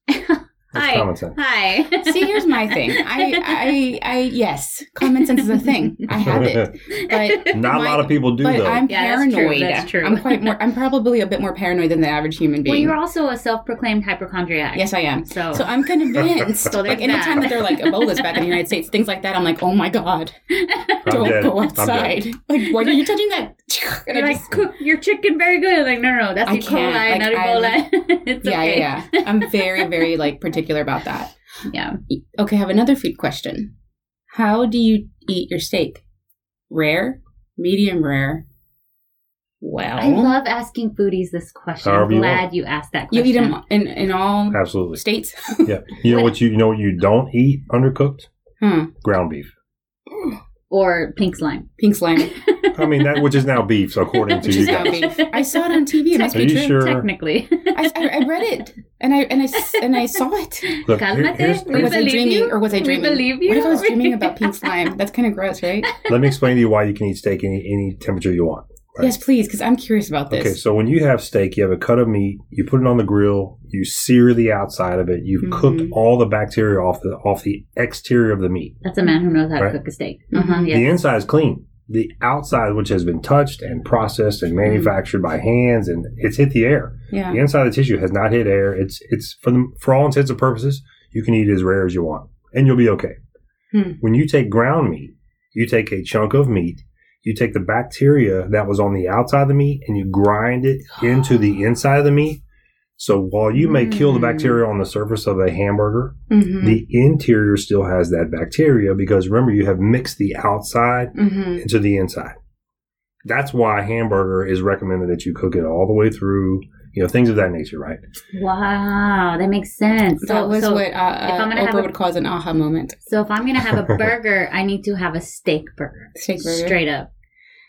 Speaker 4: That's
Speaker 2: Hi.
Speaker 4: common sense.
Speaker 2: Hi.
Speaker 1: see, here's my thing. I, I, I, yes, common sense is a thing. I have it, but
Speaker 4: Not a
Speaker 1: my-
Speaker 4: lot of people do
Speaker 1: but
Speaker 4: though.
Speaker 1: I'm
Speaker 2: Yeah, that's true,
Speaker 1: paranoid.
Speaker 2: that's true.
Speaker 1: I'm quite more. I'm probably a bit more paranoid than the average human
Speaker 2: well,
Speaker 1: being.
Speaker 2: you're also a self-proclaimed hypochondriac.
Speaker 1: yes, I am.
Speaker 2: So,
Speaker 1: So I'm convinced.
Speaker 2: So there's
Speaker 1: like anytime
Speaker 2: that.
Speaker 1: that they're like Ebola's back in the United States, things like that, I'm like, oh my god,
Speaker 4: I'm
Speaker 1: don't
Speaker 4: dead.
Speaker 1: go
Speaker 4: I'm
Speaker 1: outside.
Speaker 4: dead.
Speaker 1: Like, why are you touching that? And
Speaker 2: you're
Speaker 1: I
Speaker 2: like,
Speaker 1: just-
Speaker 2: cook your chicken very good. Like, no, no, no that's
Speaker 1: I
Speaker 2: E. coli,
Speaker 1: can't. Like,
Speaker 2: not Ebola. it's
Speaker 1: yeah,
Speaker 2: okay.
Speaker 1: yeah, yeah. I'm very, very like particular about that.
Speaker 2: Yeah.
Speaker 1: Okay, I have another food question. How do you eat your steak? Rare, medium rare. Well,
Speaker 2: I love asking foodies this question.
Speaker 4: However
Speaker 2: I'm
Speaker 4: you
Speaker 2: glad
Speaker 4: want.
Speaker 2: you asked that
Speaker 1: you
Speaker 2: question.
Speaker 1: eat them in in all
Speaker 4: Absolutely.
Speaker 1: states.
Speaker 4: Uh, Yeah. You know what you, you know what you don't eat undercooked?
Speaker 1: Hmm.
Speaker 4: Ground beef.
Speaker 2: or pink slime.
Speaker 1: Pink slime.
Speaker 4: I mean that which is now beef, so according to
Speaker 1: Which
Speaker 4: you
Speaker 1: is now
Speaker 4: guys.
Speaker 1: beef. I saw it on TV. It must
Speaker 4: Are
Speaker 1: be
Speaker 4: you
Speaker 1: true.
Speaker 4: sure?
Speaker 2: Technically,
Speaker 1: I, I, I read it and I and I s- and I saw it.
Speaker 4: Look, here-
Speaker 2: Cálmate.
Speaker 4: here's-
Speaker 2: We
Speaker 1: Or was I
Speaker 2: believe
Speaker 1: dreaming?
Speaker 2: you.
Speaker 1: Or was I
Speaker 2: We
Speaker 1: dreaming?
Speaker 2: believe you.
Speaker 1: What if I was dreaming about pink slime? That's kind of gross, right?
Speaker 4: let me explain to you why you can eat steak any any temperature you want. Right.
Speaker 1: Yes, please, because I'm curious about this.
Speaker 4: Okay, so when you have steak, you have a cut of meat, you put it on the grill, you sear the outside of it, you've cooked
Speaker 1: Mhm.
Speaker 4: all the bacteria off the off the exterior of the meat.
Speaker 2: that's a man who knows how
Speaker 4: Right.
Speaker 2: to cook a steak.
Speaker 1: Mhm.
Speaker 2: Uh-huh, yes.
Speaker 4: The inside is clean. The outside, which has been touched and processed and
Speaker 1: Mm-hmm.
Speaker 4: manufactured by hands, and it's hit the air.
Speaker 1: yeah.
Speaker 4: The inside of the tissue has not hit air. It's it's for the for all intents and purposes, you can eat it as rare as you want, and you'll be okay.
Speaker 1: Hmm.
Speaker 4: When you take ground meat, you take a chunk of meat, you take the bacteria that was on the outside of the meat, and you grind it into the inside of the meat. So while you may kill the
Speaker 2: Mm.
Speaker 4: bacteria
Speaker 1: Hmm.
Speaker 4: on the surface of a hamburger,
Speaker 1: Mm-hmm.
Speaker 4: the interior still has that bacteria because remember you have mixed the outside
Speaker 1: mm-hmm.
Speaker 4: into the inside. That's why hamburger is recommended that you cook it all the way through, you know, things of that nature, right?
Speaker 2: Wow, that makes sense. So,
Speaker 1: That was
Speaker 2: so,
Speaker 1: what uh, uh,
Speaker 2: I'm gonna have a-
Speaker 1: Oprah would call an aha moment.
Speaker 2: so if I'm gonna have a burger, I need to have a steak burger,
Speaker 1: Steak burger.
Speaker 2: straight up.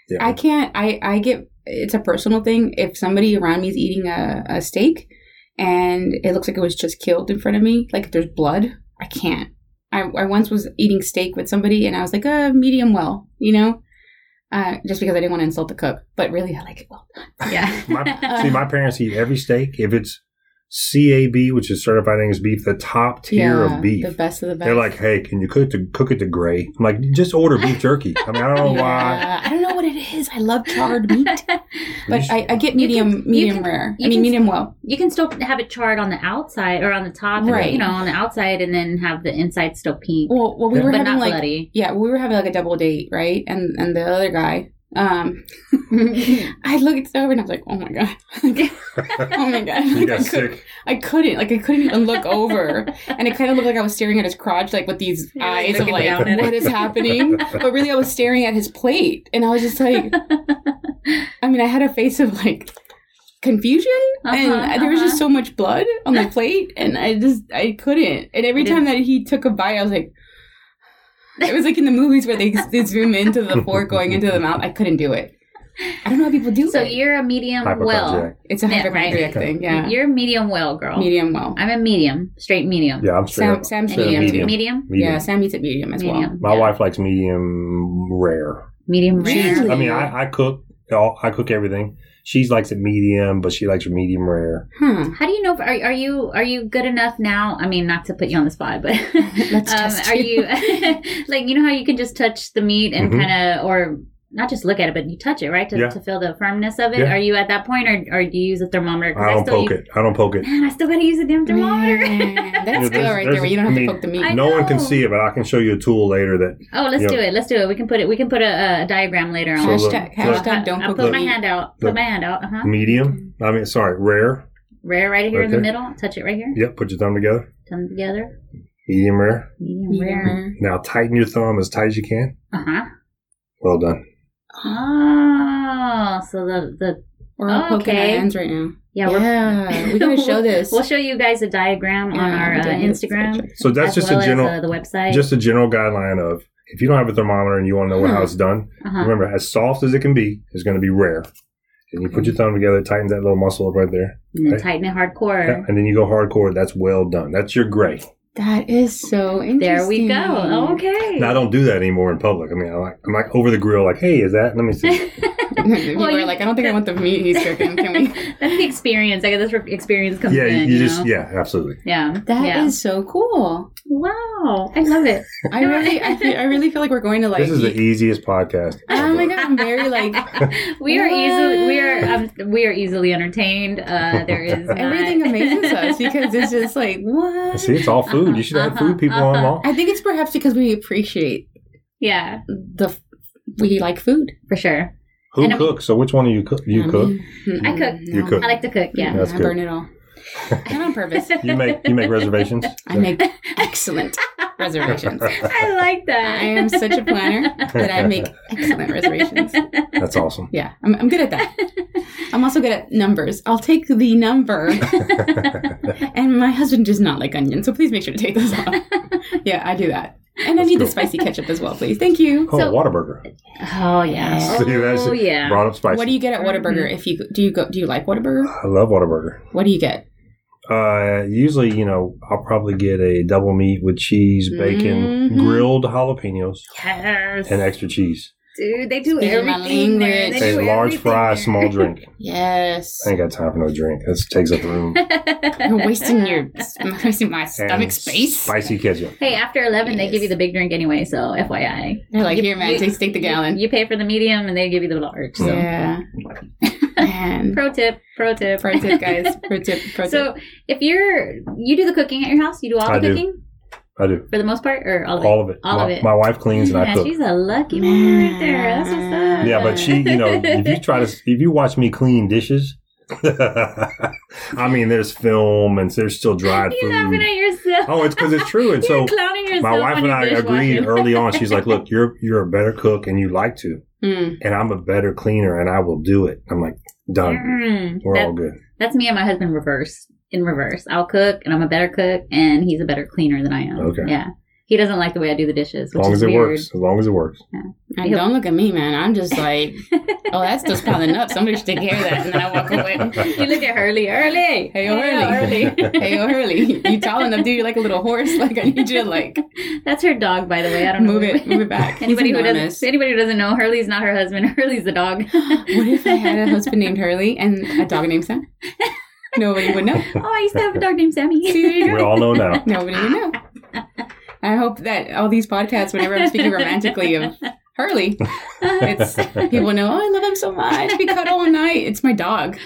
Speaker 4: Yeah.
Speaker 1: I can't. I I get. It's a personal thing. If somebody around me is eating a, a steak, and it looks like it was just killed in front of me, like if there's blood, I can't. I, I once was eating steak with somebody, and I was like, uh, medium well, you know, uh, just because I didn't want to insult the cook. But really, I like it well.
Speaker 2: Yeah.
Speaker 4: my, see, my parents eat every steak if it's CAB, which is certified Angus beef, the top tier
Speaker 1: Yeah,
Speaker 4: of beef.
Speaker 1: the best of the best.
Speaker 4: They're like, hey, can you cook it to cook it to gray? I'm like, just order beef jerky. I mean, I don't know
Speaker 2: "Oh,
Speaker 4: why.
Speaker 1: Yeah, I don't know what it is. I love charred meat, but
Speaker 4: You sh-
Speaker 1: I, I get medium,
Speaker 2: can- you
Speaker 1: medium
Speaker 2: can-
Speaker 1: rare.
Speaker 2: you
Speaker 1: I mean,
Speaker 2: can-
Speaker 1: medium well.
Speaker 2: you can still have it charred on the outside or on the top, and,
Speaker 1: Right.
Speaker 2: you know, on the outside, and then have the inside still pink,
Speaker 1: Well, well, we
Speaker 4: Yeah.
Speaker 1: were
Speaker 2: but
Speaker 1: having
Speaker 2: not
Speaker 1: like
Speaker 2: bloody.
Speaker 1: yeah, we were having like a double date, right? And and the other guy, um, I looked over and I was like, oh my god, oh my god,
Speaker 4: you got
Speaker 1: I, could,
Speaker 4: sick.
Speaker 1: I couldn't, like I couldn't even look over, and it kind of looked like I was staring at his crotch, like with these
Speaker 2: You're, like,
Speaker 1: eyes of
Speaker 2: looking
Speaker 1: like,
Speaker 2: down at
Speaker 1: what is happening? But really, I was staring at his plate, and I was just like, I mean, I had a face of like confusion and
Speaker 2: Uh-huh,
Speaker 1: uh, there was
Speaker 2: uh-huh.
Speaker 1: just so much blood on the plate, and I just I couldn't. And every
Speaker 2: It is-
Speaker 1: time that he took a bite, I was like, it was like in the movies where they, they zoom into the fork going into the mouth. I couldn't do it. I don't know how people do
Speaker 2: uh-huh. So
Speaker 1: it.
Speaker 2: you're a medium well.
Speaker 4: Hypochondriac.
Speaker 1: it's a
Speaker 2: Yeah, right.
Speaker 1: hypochondriac thing. Yeah.
Speaker 2: You're a medium well, girl.
Speaker 1: medium well.
Speaker 2: I'm a medium, straight medium.
Speaker 4: Yeah, I'm straight.
Speaker 1: Sam,
Speaker 4: up.
Speaker 1: Sam's
Speaker 2: And you're
Speaker 1: medium,
Speaker 4: Medium.
Speaker 1: too.
Speaker 2: medium,
Speaker 4: Medium.
Speaker 1: Yeah, Sam eats it medium as well.
Speaker 2: medium.
Speaker 4: My
Speaker 2: yeah.
Speaker 4: wife likes medium rare.
Speaker 2: medium
Speaker 1: Really?
Speaker 2: rare.
Speaker 4: I mean, I, I cook. all- I cook everything. She likes it medium, but she likes it medium rare.
Speaker 1: Huh.
Speaker 2: How do you know? If, are, are you are you good enough now? I mean, not to put you on the spot, but
Speaker 1: Let's test
Speaker 2: Um, are you
Speaker 1: you.
Speaker 2: like you know how you can just touch the meat and
Speaker 4: Mhm.
Speaker 2: kind of or not just look at it, but you touch it right to,
Speaker 4: Yeah.
Speaker 2: to feel the firmness of it.
Speaker 4: Yeah.
Speaker 2: Are you at that point, or, or do you use a thermometer?
Speaker 4: I don't poke
Speaker 2: use,
Speaker 4: it. I don't poke it.
Speaker 2: Man, I still gotta use a damn thermometer.
Speaker 1: Man, that's good
Speaker 4: You know, there's-
Speaker 1: right
Speaker 4: there's-
Speaker 1: there. Where you don't have
Speaker 4: I mean,
Speaker 1: to poke the meat.
Speaker 2: I
Speaker 4: no one can
Speaker 2: know.
Speaker 4: see it, but I can show you a tool later that
Speaker 2: oh, let's
Speaker 4: Yeah.
Speaker 2: do it. Let's do it. We can put it. We can put a, a diagram later on.
Speaker 4: So look,
Speaker 1: hashtag hashtag don't
Speaker 2: I'll
Speaker 1: poke
Speaker 2: put
Speaker 1: the
Speaker 2: my
Speaker 1: meat.
Speaker 2: hand out.
Speaker 4: Look.
Speaker 2: Put my hand out. Uh huh.
Speaker 4: medium. I mean, sorry, rare.
Speaker 2: Rare right here in the
Speaker 4: Okay.
Speaker 2: middle. Touch it right here.
Speaker 4: Yep, put your thumb together.
Speaker 2: Come together.
Speaker 4: Medium rare.
Speaker 2: Medium, rare.
Speaker 1: Yeah.
Speaker 4: Now tighten your thumb as tight as you can.
Speaker 2: Uh huh.
Speaker 4: Well done. Mm-hmm.
Speaker 2: Oh, so the the
Speaker 1: We're all poking our
Speaker 2: Okay.
Speaker 1: hands right now.
Speaker 2: yeah, we're
Speaker 1: Yeah, we gotta show this.
Speaker 2: We'll show you guys a diagram on
Speaker 1: Yeah,
Speaker 2: our uh,
Speaker 1: yeah, it's
Speaker 2: Instagram.
Speaker 1: such
Speaker 4: So that's
Speaker 2: as
Speaker 4: just
Speaker 2: well
Speaker 4: a
Speaker 2: as,
Speaker 4: general,
Speaker 2: uh, the website.
Speaker 4: just a general guideline of if you don't have a thermometer and you want to know how
Speaker 1: Huh.
Speaker 4: it's done.
Speaker 2: uh-huh.
Speaker 4: Remember, as soft as it can be is going to be rare. And you put your thumb together, tighten that little muscle up right there,
Speaker 2: And then
Speaker 4: right.
Speaker 2: tighten it
Speaker 4: Yeah,
Speaker 2: hardcore.
Speaker 4: and then you go hardcore. That's well done. That's your gray.
Speaker 1: a- that is so interesting.
Speaker 2: There we go. Oh, okay.
Speaker 4: Now I don't do that anymore in public. I mean, I like, I'm like over the grill, like, hey, is that? Let me see.
Speaker 1: People
Speaker 2: Well,
Speaker 1: are
Speaker 2: you-
Speaker 1: like, I don't think I want the meat he's cooking. Can we?
Speaker 2: That's the experience. I guess that's where experience comes
Speaker 4: yeah,
Speaker 2: in.
Speaker 4: you
Speaker 2: know?
Speaker 4: just, yeah, absolutely.
Speaker 2: yeah.
Speaker 1: That is
Speaker 2: yeah.
Speaker 1: so cool.
Speaker 2: wow. I love it.
Speaker 1: I really, I, feel, I really feel like we're going to like.
Speaker 4: this is the easiest podcast.
Speaker 1: oh my god, I'm very like
Speaker 2: we are easily we are
Speaker 1: What?
Speaker 2: um, we are easily entertained. Uh, there is not-
Speaker 1: everything amazes us because it's just like what.
Speaker 4: See, it's all food. You should have
Speaker 2: Uh-huh,
Speaker 4: food people
Speaker 2: uh-huh.
Speaker 4: on law.
Speaker 1: I think it's perhaps because we appreciate
Speaker 2: yeah,
Speaker 1: the f- we like food.
Speaker 2: for sure.
Speaker 4: Who
Speaker 2: And I'm-
Speaker 4: cooks? So which one do you cook? You
Speaker 1: Um,
Speaker 4: cook.
Speaker 1: mm,
Speaker 2: Mm-hmm. I cook.
Speaker 1: no.
Speaker 4: You cook.
Speaker 2: I like to cook. Yeah.
Speaker 4: That's
Speaker 1: I
Speaker 4: good.
Speaker 1: burn it all. And on purpose.
Speaker 4: You make you make reservations.
Speaker 1: I make excellent reservations.
Speaker 2: I like that.
Speaker 1: I am such a planner that I make excellent reservations.
Speaker 4: That's awesome.
Speaker 1: Yeah, I'm, I'm good at that. I'm also good at numbers. I'll take the number, and my husband does not like onions, so please make sure to take those off. Yeah, I do that. And I
Speaker 4: That's
Speaker 1: need the
Speaker 4: cool.
Speaker 1: spicy ketchup as well, please. Thank you.
Speaker 4: Oh,
Speaker 2: So-
Speaker 4: Whataburger.
Speaker 2: Oh yeah.
Speaker 4: See, that's-
Speaker 2: Oh yeah.
Speaker 4: Brought up spicy.
Speaker 1: What do you get at Whataburger? If you do you go do you like Whataburger?
Speaker 4: I love Whataburger.
Speaker 1: What do you get?
Speaker 4: Uh, usually, you know, I'll probably get a double meat with cheese, bacon,
Speaker 1: Mhm.
Speaker 4: grilled jalapenos,
Speaker 2: Yes.
Speaker 4: and extra cheese.
Speaker 2: Dude, they do
Speaker 1: Speak my
Speaker 2: everything. there.
Speaker 1: language.
Speaker 2: They
Speaker 4: A
Speaker 2: do
Speaker 4: large
Speaker 2: everything
Speaker 4: fry,
Speaker 2: there.
Speaker 4: small drink.
Speaker 1: Yes.
Speaker 4: I ain't got time for no drink. That takes up room.
Speaker 1: You're wasting your I'm wasting my stomach
Speaker 4: And
Speaker 1: space.
Speaker 4: Spicy ketchup.
Speaker 2: Hey, after eleven, they
Speaker 1: Yes.
Speaker 2: give you the big drink anyway. So FYI,
Speaker 1: They're like,
Speaker 2: You-
Speaker 1: here, man,
Speaker 2: you-
Speaker 1: take, take the gallon.
Speaker 2: you pay for the medium, and they give you the large. So.
Speaker 1: yeah. Man.
Speaker 2: Pro tip. Pro tip.
Speaker 1: pro tip, guys. Pro tip. Pro tip.
Speaker 2: So if you're you do the cooking at your house, you do all
Speaker 4: I
Speaker 2: the
Speaker 4: do.
Speaker 2: cooking
Speaker 4: I do.
Speaker 2: for the most part, or all of it.
Speaker 4: All of it.
Speaker 2: All
Speaker 4: my,
Speaker 2: of it.
Speaker 4: my wife cleans and I
Speaker 2: Yeah,
Speaker 4: cook.
Speaker 2: she's a lucky woman right there. That's what's up.
Speaker 4: Yeah, but she, you know, if you try to, if you watch me clean dishes, I mean, there's film and there's still dried
Speaker 2: You're laughing
Speaker 4: food.
Speaker 2: at yourself.
Speaker 4: Oh, it's because it's true. And
Speaker 2: You're
Speaker 4: so
Speaker 2: clowning yourself.
Speaker 4: my wife
Speaker 2: on
Speaker 4: and
Speaker 2: your
Speaker 4: I
Speaker 2: dishwasher.
Speaker 4: agreed early on. She's like, "Look, you're you're a better cook and you like to,
Speaker 1: Mm.
Speaker 4: and I'm a better cleaner and I will do it." I'm like, "Done.
Speaker 2: Mm,
Speaker 4: We're
Speaker 2: that-
Speaker 4: all good."
Speaker 2: That's me and my husband reverse in reverse. I'll cook and I'm a better cook and he's a better cleaner than I am.
Speaker 4: Okay.
Speaker 2: Yeah. He doesn't like the way I do the dishes,
Speaker 4: As
Speaker 2: which
Speaker 4: long
Speaker 2: is
Speaker 4: as it
Speaker 2: weird.
Speaker 4: works. As long as it works.
Speaker 1: And don't look at me, man. I'm just like, oh, that's just piling up. Somebody should take care of that. And then I walk away.
Speaker 2: you look at Hurley, Hurley.
Speaker 1: Hey, yo,
Speaker 2: Hey, yo, Hurley.
Speaker 1: Hey, O'Hurley, you tall enough, dude. You're like a little horse. Like, I need you to, like,
Speaker 2: That's her dog, by the way. I don't
Speaker 1: move
Speaker 2: know.
Speaker 1: it, move it back.
Speaker 2: Anybody
Speaker 1: He's
Speaker 2: who
Speaker 1: enormous.
Speaker 2: doesn't anybody who doesn't know, Hurley's not her husband. Hurley's the dog.
Speaker 1: What if I had a husband named Hurley and a dog named Sam? Nobody would know.
Speaker 2: Oh, I used to have a dog named Sammy.
Speaker 1: See, there you go.
Speaker 4: We all know now.
Speaker 1: Nobody would know. I hope that all these podcasts, whenever I'm speaking romantically of Hurley, it's people know, oh, I love him so much. We cuddle all night. It's my dog.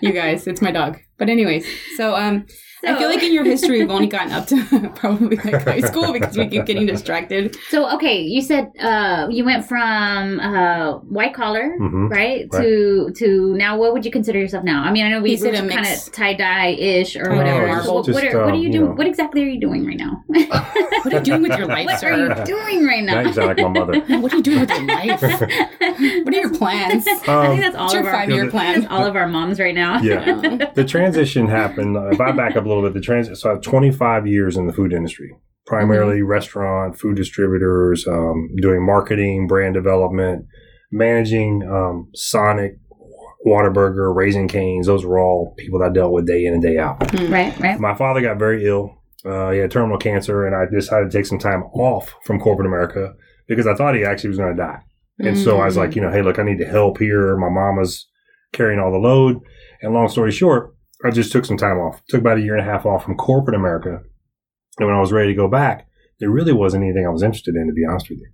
Speaker 1: You guys, it's my dog. But anyways, so um I feel
Speaker 2: So-
Speaker 1: like in your history we've only gotten up to probably like high school because we keep getting distracted.
Speaker 2: So okay, you said uh, you went from uh, white collar,
Speaker 4: Mhm.
Speaker 2: right, to to now. What would you consider yourself now? I mean, I know we
Speaker 1: He said
Speaker 2: kind
Speaker 1: a mix.
Speaker 2: of tie dye ish or
Speaker 1: Oh,
Speaker 2: whatever.
Speaker 1: it's
Speaker 2: So what,
Speaker 4: just,
Speaker 2: what are, what are
Speaker 4: um,
Speaker 2: you
Speaker 4: you
Speaker 2: doing?
Speaker 4: know.
Speaker 2: What exactly are you doing right now?
Speaker 1: What are you doing with your life,
Speaker 2: what are
Speaker 1: sir?
Speaker 2: you doing right
Speaker 4: Now you
Speaker 2: now?
Speaker 4: sound like my mother.
Speaker 1: What are you doing with your life? What are your plans?
Speaker 2: I think
Speaker 4: Um,
Speaker 2: that's all
Speaker 1: What's your
Speaker 2: of our
Speaker 1: five year
Speaker 2: that's
Speaker 1: plan?
Speaker 2: all of our moms right now.
Speaker 4: yeah. the transition happened. uh, If I back up a little bit, the transit. So I have 25 years in the food industry, primarily restaurant, food distributors, um, doing marketing, brand development, managing um, Sonic, Waterburger, Raising Canes, those were all people that I dealt with day in and day out.
Speaker 2: Right, right.
Speaker 4: My father got very ill. Uh, he had terminal cancer, and I decided to take some time off from corporate America because I thought he actually was going to die. And so I was like, you know, hey, look, I need to help here. My mama's carrying all the load. And long story short, I just took some time off. Took about a year and a half off from corporate America. And when I was ready to go back, there really wasn't anything I was interested in, to be honest with you.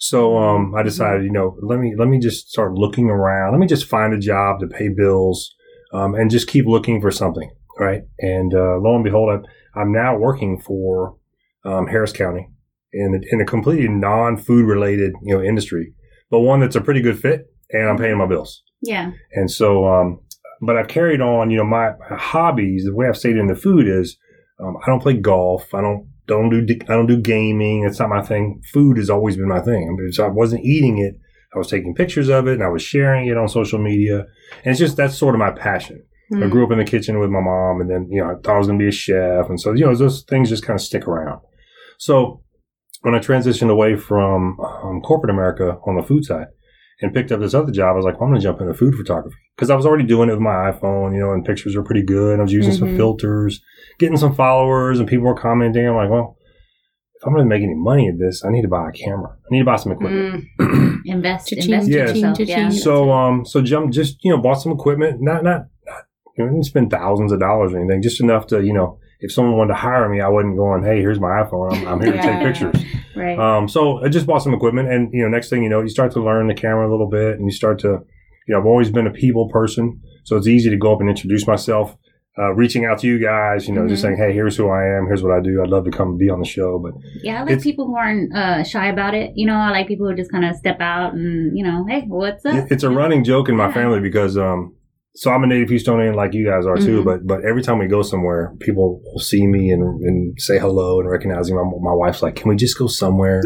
Speaker 4: So um, I decided, you know, let me let me just start looking around. Let me just find a job to pay bills, um, and just keep looking for something, right? And uh, lo and behold, I'm, I'm now working for um, Harris County in in a completely non food related you know industry, but one that's a pretty good fit, and I'm paying my bills.
Speaker 2: Yeah.
Speaker 4: And so, um, but I've carried on, you know, my hobbies, the way I've stayed in the food is, um, I don't play golf. I don't, don't do, I don't do gaming. It's not my thing. Food has always been my thing. I mean, so I wasn't eating it. I was taking pictures of it and I was sharing it on social media. And it's just, that's sort of my passion.
Speaker 1: Mm-hmm.
Speaker 4: I
Speaker 1: Hmm.
Speaker 4: grew up in the kitchen with my mom, and then you know I thought I was going to be a chef, and so you know those things just kind of stick around. So when I transitioned away from um, corporate America on the food side and picked up this other job, I was like, well, I'm going to jump into food photography because I was already doing it with my iPhone, you know, and pictures were pretty good. And I was using some
Speaker 1: Mhm.
Speaker 4: filters, getting some followers, and people were commenting. I'm like, well, if I'm going to make any money at this, I need to buy a camera. I need to buy some equipment.
Speaker 1: Mm.
Speaker 2: Invest,
Speaker 1: Cha-ching,
Speaker 2: invest in
Speaker 4: Yes.
Speaker 2: yourself.
Speaker 1: cha-ching,
Speaker 2: Yeah.
Speaker 1: cha-ching.
Speaker 4: So um, so jump just you know bought some equipment, not not not you know didn't spend thousands of dollars or anything, just enough to you know if someone wanted to hire me, I wasn't going, hey, here's my iPhone, I'm, I'm here to take
Speaker 1: Yeah.
Speaker 4: pictures.
Speaker 2: Right.
Speaker 4: Um, so I just bought some equipment, and you know next thing you know, you start to learn the camera a little bit, and you start to you know I've always been a people person, so it's easy to go up and introduce myself. Uh, reaching out to you guys, you know, just
Speaker 1: Mhm.
Speaker 4: saying, "Hey, here's who I am. Here's what I do. I'd love to come be on the show." But
Speaker 2: yeah, I like
Speaker 4: it's-
Speaker 2: people who aren't uh, shy about it. You know, I like people who just kind of step out and, you know, hey, what's up?
Speaker 4: It- it's a running joke in my
Speaker 2: Yeah.
Speaker 4: family because um so I'm a native Houstonian like you guys are too,
Speaker 1: Mhm.
Speaker 4: but but every time we go somewhere, people will see me and, and say hello and recognize me. My, my wife's like, "Can we just go somewhere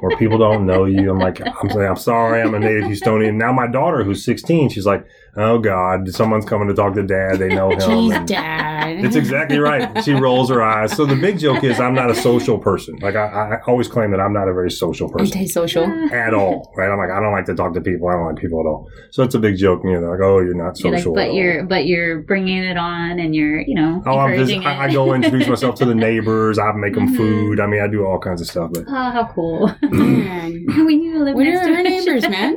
Speaker 4: where people don't know you?" I'm like, "I'm saying I'm sorry, I'm a native Houstonian." Now my daughter, who's 16, she's like, "Oh God, someone's coming to talk to Dad. They know him."
Speaker 1: Jeez,
Speaker 4: And
Speaker 1: Dad.
Speaker 4: it's exactly right. She rolls her eyes. So the big joke is, I'm not a social person. Like I, I always claim that I'm not a very social person
Speaker 1: antisocial.
Speaker 4: at all, right? I'm like, I don't like to talk to people. I don't like people at all. So it's a big joke, you know, like, oh, you're not
Speaker 2: You're like,
Speaker 4: social. at
Speaker 2: but
Speaker 4: all.
Speaker 2: you're but you're bringing it on, and you're you know
Speaker 4: Oh, I'm just,
Speaker 2: encouraging
Speaker 4: I, I
Speaker 2: it.
Speaker 4: go introduce myself to the neighbors. I make them
Speaker 2: Mhm.
Speaker 4: food. I mean, I do all kinds of stuff. But
Speaker 2: oh, how cool!
Speaker 1: Man.
Speaker 2: we need to live.
Speaker 1: We're
Speaker 2: next to
Speaker 1: our
Speaker 2: each
Speaker 1: neighbors,
Speaker 2: other.
Speaker 1: man.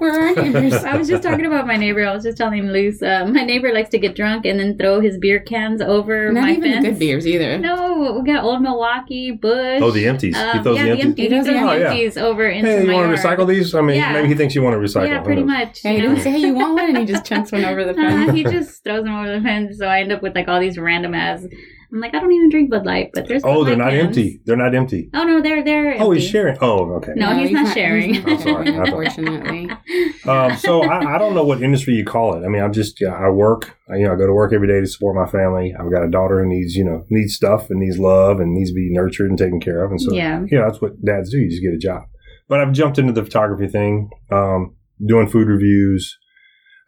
Speaker 1: We're our neighbors.
Speaker 2: I was just talking about my neighbor. I was just telling him, Luce, uh, my neighbor likes to get drunk and then throw his beer cans over
Speaker 1: Not
Speaker 2: my
Speaker 1: even
Speaker 2: fence.
Speaker 1: the good beers either.
Speaker 2: No, we got old Milwaukee, Bush.
Speaker 4: oh, the empties. he
Speaker 2: Um,
Speaker 4: throws
Speaker 2: yeah,
Speaker 4: the
Speaker 2: the
Speaker 4: empties.
Speaker 2: empties.
Speaker 1: He does
Speaker 2: He throws
Speaker 1: that?
Speaker 4: Oh, yeah.
Speaker 2: empties over into
Speaker 4: Hey, you
Speaker 2: my
Speaker 4: want to
Speaker 2: yard.
Speaker 4: recycle these? I mean,
Speaker 2: Yeah.
Speaker 4: maybe he thinks you want to recycle.
Speaker 2: Yeah,
Speaker 4: Who
Speaker 2: pretty
Speaker 4: knows?
Speaker 2: much.
Speaker 1: Yeah, you
Speaker 2: you
Speaker 1: don't
Speaker 2: know?
Speaker 1: say you want one, and he just chunks one over the
Speaker 2: Uh,
Speaker 1: fence.
Speaker 2: he just throws them over the fence, so I end up with like all these random ass. I'm like, I don't even drink Bud Light, but there's.
Speaker 4: Oh,
Speaker 2: Bud
Speaker 4: they're
Speaker 2: Light
Speaker 4: not
Speaker 2: cans.
Speaker 4: empty. They're not empty.
Speaker 2: Oh no, they're they're.
Speaker 4: Oh, he's
Speaker 2: empty.
Speaker 4: sharing. Oh, okay.
Speaker 2: No, he's not sharing.
Speaker 1: not
Speaker 4: I'm sorry,
Speaker 1: sharing,
Speaker 4: I thought-
Speaker 1: Unfortunately,
Speaker 4: um, so I, I don't know what industry you call it. I mean, I'm just yeah, I work. I, you know, I go to work every day to support my family. I've got a daughter who needs you know needs stuff and needs love and needs to be nurtured and taken care of. And so
Speaker 2: Yeah.
Speaker 4: you know, that's what dads do. You just get a job. But I've jumped into the photography thing, um, doing food reviews.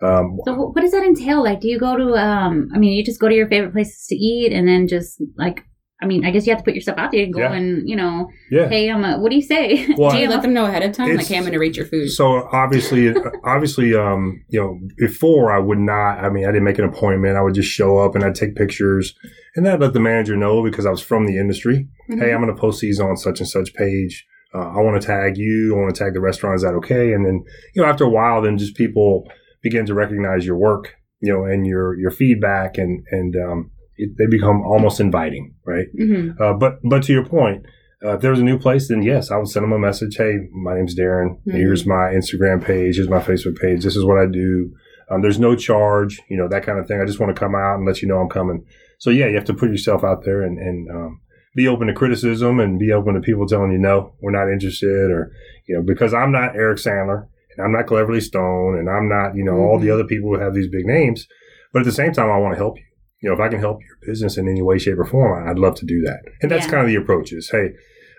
Speaker 4: Um,
Speaker 2: So wh- what does that entail? Like, do you go to? Um, I mean, you just go to your favorite places to eat, and then just like, I mean, I guess you have to put yourself out there and go
Speaker 4: Yeah.
Speaker 2: and you know,
Speaker 4: yeah.
Speaker 2: hey, I'm a. What do you say?
Speaker 4: Well,
Speaker 1: do you let them know ahead of time?
Speaker 4: It's-
Speaker 1: like, hey, I'm going to rate your food.
Speaker 4: So obviously, uh, obviously, um, you know, before I would not. I mean, I didn't make an appointment. I would just show up and I'd take pictures, and I'd let the manager know because I was from the industry. Hey, I'm going to post these on such and such page. Uh, I want to tag you. I want to tag the restaurant. Is that okay? And then you know, after a while, then just people begin to recognize your work, you know, and your your feedback, and and um, it, they become almost inviting, right?
Speaker 1: hmm
Speaker 4: Uh, but but to your point, uh, if there was a new place, then yes, I would send them a message. Hey, my name's Darren.
Speaker 1: Mhm.
Speaker 4: Here's my Instagram page. Here's my Facebook page. This is what I do. Um, there's no charge, you know, that kind of thing. I just want to come out and let you know I'm coming. So yeah, you have to put yourself out there and and um, be open to criticism and be open to people telling you no, we're not interested, or you know, because I'm not Eric Sandler and I'm not Cleverly Stone and I'm not you know all the
Speaker 1: Mhm.
Speaker 4: other people who have these big names. But at the same time, I want to help you you know, if I can help your business in any way, shape, or form, I'd love to do that. And that's
Speaker 2: Yeah.
Speaker 4: kind of the approach is, hey,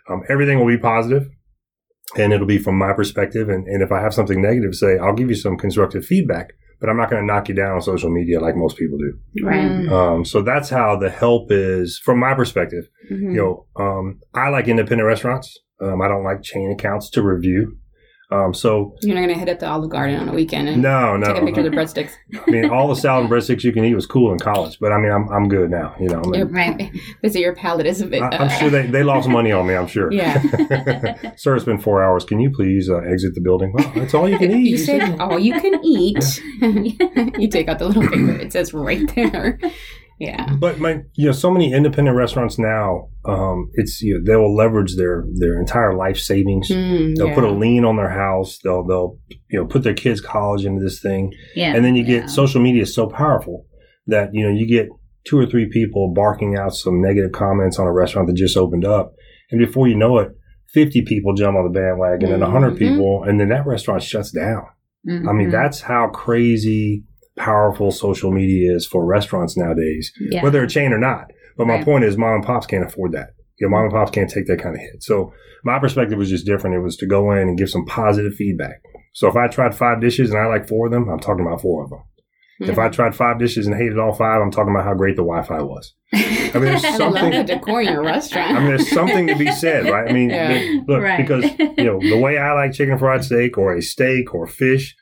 Speaker 4: um, everything will be positive and it'll be from my perspective. And, and if I have something negative, say, I'll give you some constructive feedback, but I'm not going to knock you down on social media like most people do.
Speaker 2: right.
Speaker 1: Mm-hmm.
Speaker 4: Um, so that's how the help is from my perspective.
Speaker 1: Mm-hmm.
Speaker 4: You know, um, I like independent restaurants. Um, I don't like chain accounts to review. Um, so
Speaker 1: You're not gonna hit up the Olive Garden on a weekend and
Speaker 4: no, no.
Speaker 1: Mm-hmm. take a picture of the breadsticks.
Speaker 4: I mean, all the salad and breadsticks you can eat was cool in college, but I mean, I'm, I'm good now. You know, I mean,
Speaker 2: Right.
Speaker 1: But so your palate is a bit.
Speaker 4: I, am sure they, they lost money on me. I'm sure.
Speaker 1: Yeah.
Speaker 4: Sir, it's been four hours. Can you please uh, exit the building? Well, that's all you can eat.
Speaker 1: You said all you can eat. you take out the little paper. It says right there. Yeah.
Speaker 4: But my, you know, so many independent restaurants now, um, it's you know, they will leverage their their entire life savings.
Speaker 1: Mm,
Speaker 4: They'll
Speaker 1: yeah.
Speaker 4: put a lien on their house. They'll they'll you know put their kids' college into this thing,
Speaker 2: Yeah.
Speaker 4: and then you
Speaker 2: yeah.
Speaker 4: get social media is so powerful that you know you get two or three people barking out some negative comments on a restaurant that just opened up, and before you know it, fifty people jump on the bandwagon, and a hundred
Speaker 1: Mhm.
Speaker 2: Mm-hmm.
Speaker 4: people, and then that restaurant shuts down. I mean,
Speaker 2: Mhm.
Speaker 4: that's how crazy powerful social media is for restaurants nowadays,
Speaker 2: Yeah.
Speaker 4: whether a chain or not. But my
Speaker 2: Right.
Speaker 4: point is, mom and pops can't afford that. You know, mom and pops can't take that kind of hit. So my perspective was just different. It was to go in and give some positive feedback. So if I tried five dishes and I like four of them, I'm talking about four of them. If I tried five dishes and hated all five, I'm talking about how great the Wi-Fi was. I mean, there's
Speaker 1: I love the
Speaker 4: something.
Speaker 1: decor in your restaurant.
Speaker 4: I mean, there's something to be said, right? I mean,
Speaker 1: Yeah.
Speaker 4: th- look,
Speaker 2: Right.
Speaker 4: because you know the way I like chicken fried steak or a steak or fish.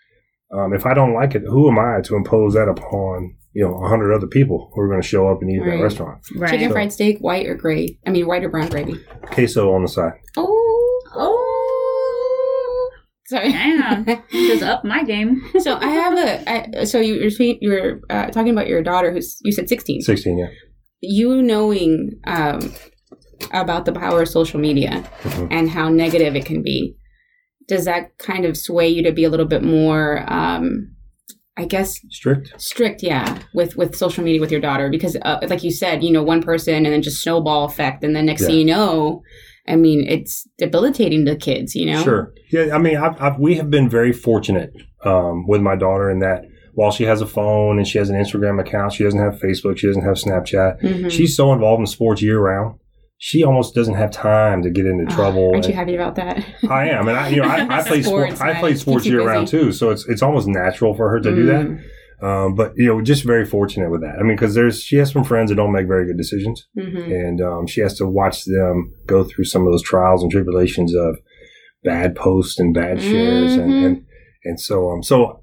Speaker 4: Um, if I don't like it, who am I to impose that upon you know a hundred other people who are going to show up and eat at
Speaker 1: Right.
Speaker 4: that restaurant?
Speaker 2: right.
Speaker 1: Chicken
Speaker 4: So-
Speaker 1: fried steak, white or gray? I mean, white or brown gravy?
Speaker 4: Queso on the side.
Speaker 1: Oh,
Speaker 2: Oh,
Speaker 1: sorry.
Speaker 2: Damn. just up my game.
Speaker 1: so I have a. I, so you were speak- you were uh, talking about your daughter, who's you said sixteen.
Speaker 4: Sixteen, yeah.
Speaker 1: you knowing um, about the power of social media
Speaker 4: Mhm.
Speaker 1: and how negative it can be, does that kind of sway you to be a little bit more, um, I guess,
Speaker 4: Strict.
Speaker 1: strict? Yeah, with with social media with your daughter because, uh, like you said, you know, one person and then just snowball effect, and then next thing
Speaker 4: Yeah.
Speaker 1: you know, I mean, it's debilitating to kids. You know,
Speaker 4: Sure. Yeah. I mean, I've, I've, we have been very fortunate um, with my daughter in that while she has a phone and she has an Instagram account, she doesn't have Facebook, she doesn't have Snapchat.
Speaker 1: Mhm.
Speaker 4: She's so involved in sports year round. She almost doesn't have time to get into
Speaker 1: Ah,
Speaker 4: trouble.
Speaker 1: Aren't you
Speaker 4: and-
Speaker 1: happy about that?
Speaker 4: I am, and I, you know, I, I play sports.
Speaker 1: Sports,
Speaker 4: I
Speaker 1: right.
Speaker 4: play sports
Speaker 1: Keeps you
Speaker 4: year round
Speaker 1: busy. Mm.
Speaker 4: too, so it's it's almost natural for her to do that. Um, but you know, just very fortunate with that. I mean, because there's she has some friends that don't make very good decisions,
Speaker 1: Mm-hmm.
Speaker 4: and um, she has to watch them go through some of those trials and tribulations of bad posts and bad shares, and,
Speaker 1: Mhm.
Speaker 4: and and so um, so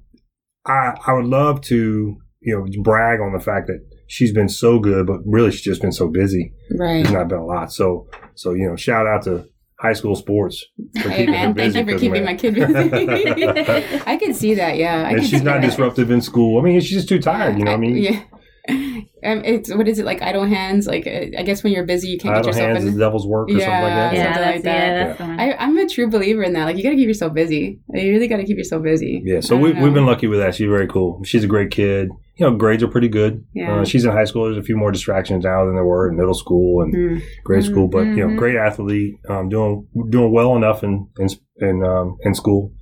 Speaker 4: I I would love to you know brag on the fact that she's been so good, but really she's just been so busy.
Speaker 1: Right.
Speaker 4: There's not been a lot, so so you know, shout out to high school sports for
Speaker 1: Hey,
Speaker 4: keeping her
Speaker 1: man, thank
Speaker 4: busy.
Speaker 1: you for
Speaker 4: 'cause,
Speaker 1: keeping my
Speaker 4: man,
Speaker 1: kid busy. I could see that, yeah. I
Speaker 4: and
Speaker 1: could
Speaker 4: she's
Speaker 1: see
Speaker 4: not
Speaker 1: that.
Speaker 4: disruptive in school. I mean, she's just too tired. You know what I mean?
Speaker 1: Yeah. Um, it's what is it like idle hands? Like uh, I guess when you're busy, you can't
Speaker 4: Idle
Speaker 1: get yourself
Speaker 4: hands is
Speaker 1: in.
Speaker 4: the devil's work or something like
Speaker 1: Yeah,
Speaker 4: that.
Speaker 2: Yeah,
Speaker 1: something
Speaker 2: that's,
Speaker 1: like that.
Speaker 2: yeah, that's the one.
Speaker 1: I, I'm a true believer in that. Like you gotta keep yourself busy. You really gotta keep yourself busy.
Speaker 4: Yeah. So
Speaker 1: I
Speaker 4: we,
Speaker 1: don't
Speaker 4: we've
Speaker 1: know.
Speaker 4: been lucky with that. She's very cool. She's a great kid. You know, grades are pretty good.
Speaker 1: Yeah.
Speaker 4: Uh, she's in high school. There's a few more distractions now than there were in middle school and
Speaker 1: Hmm.
Speaker 4: grade school, but you
Speaker 1: Mm-hmm.
Speaker 2: Mhm.
Speaker 4: know, great athlete, um, doing doing well enough in in in, um, in school,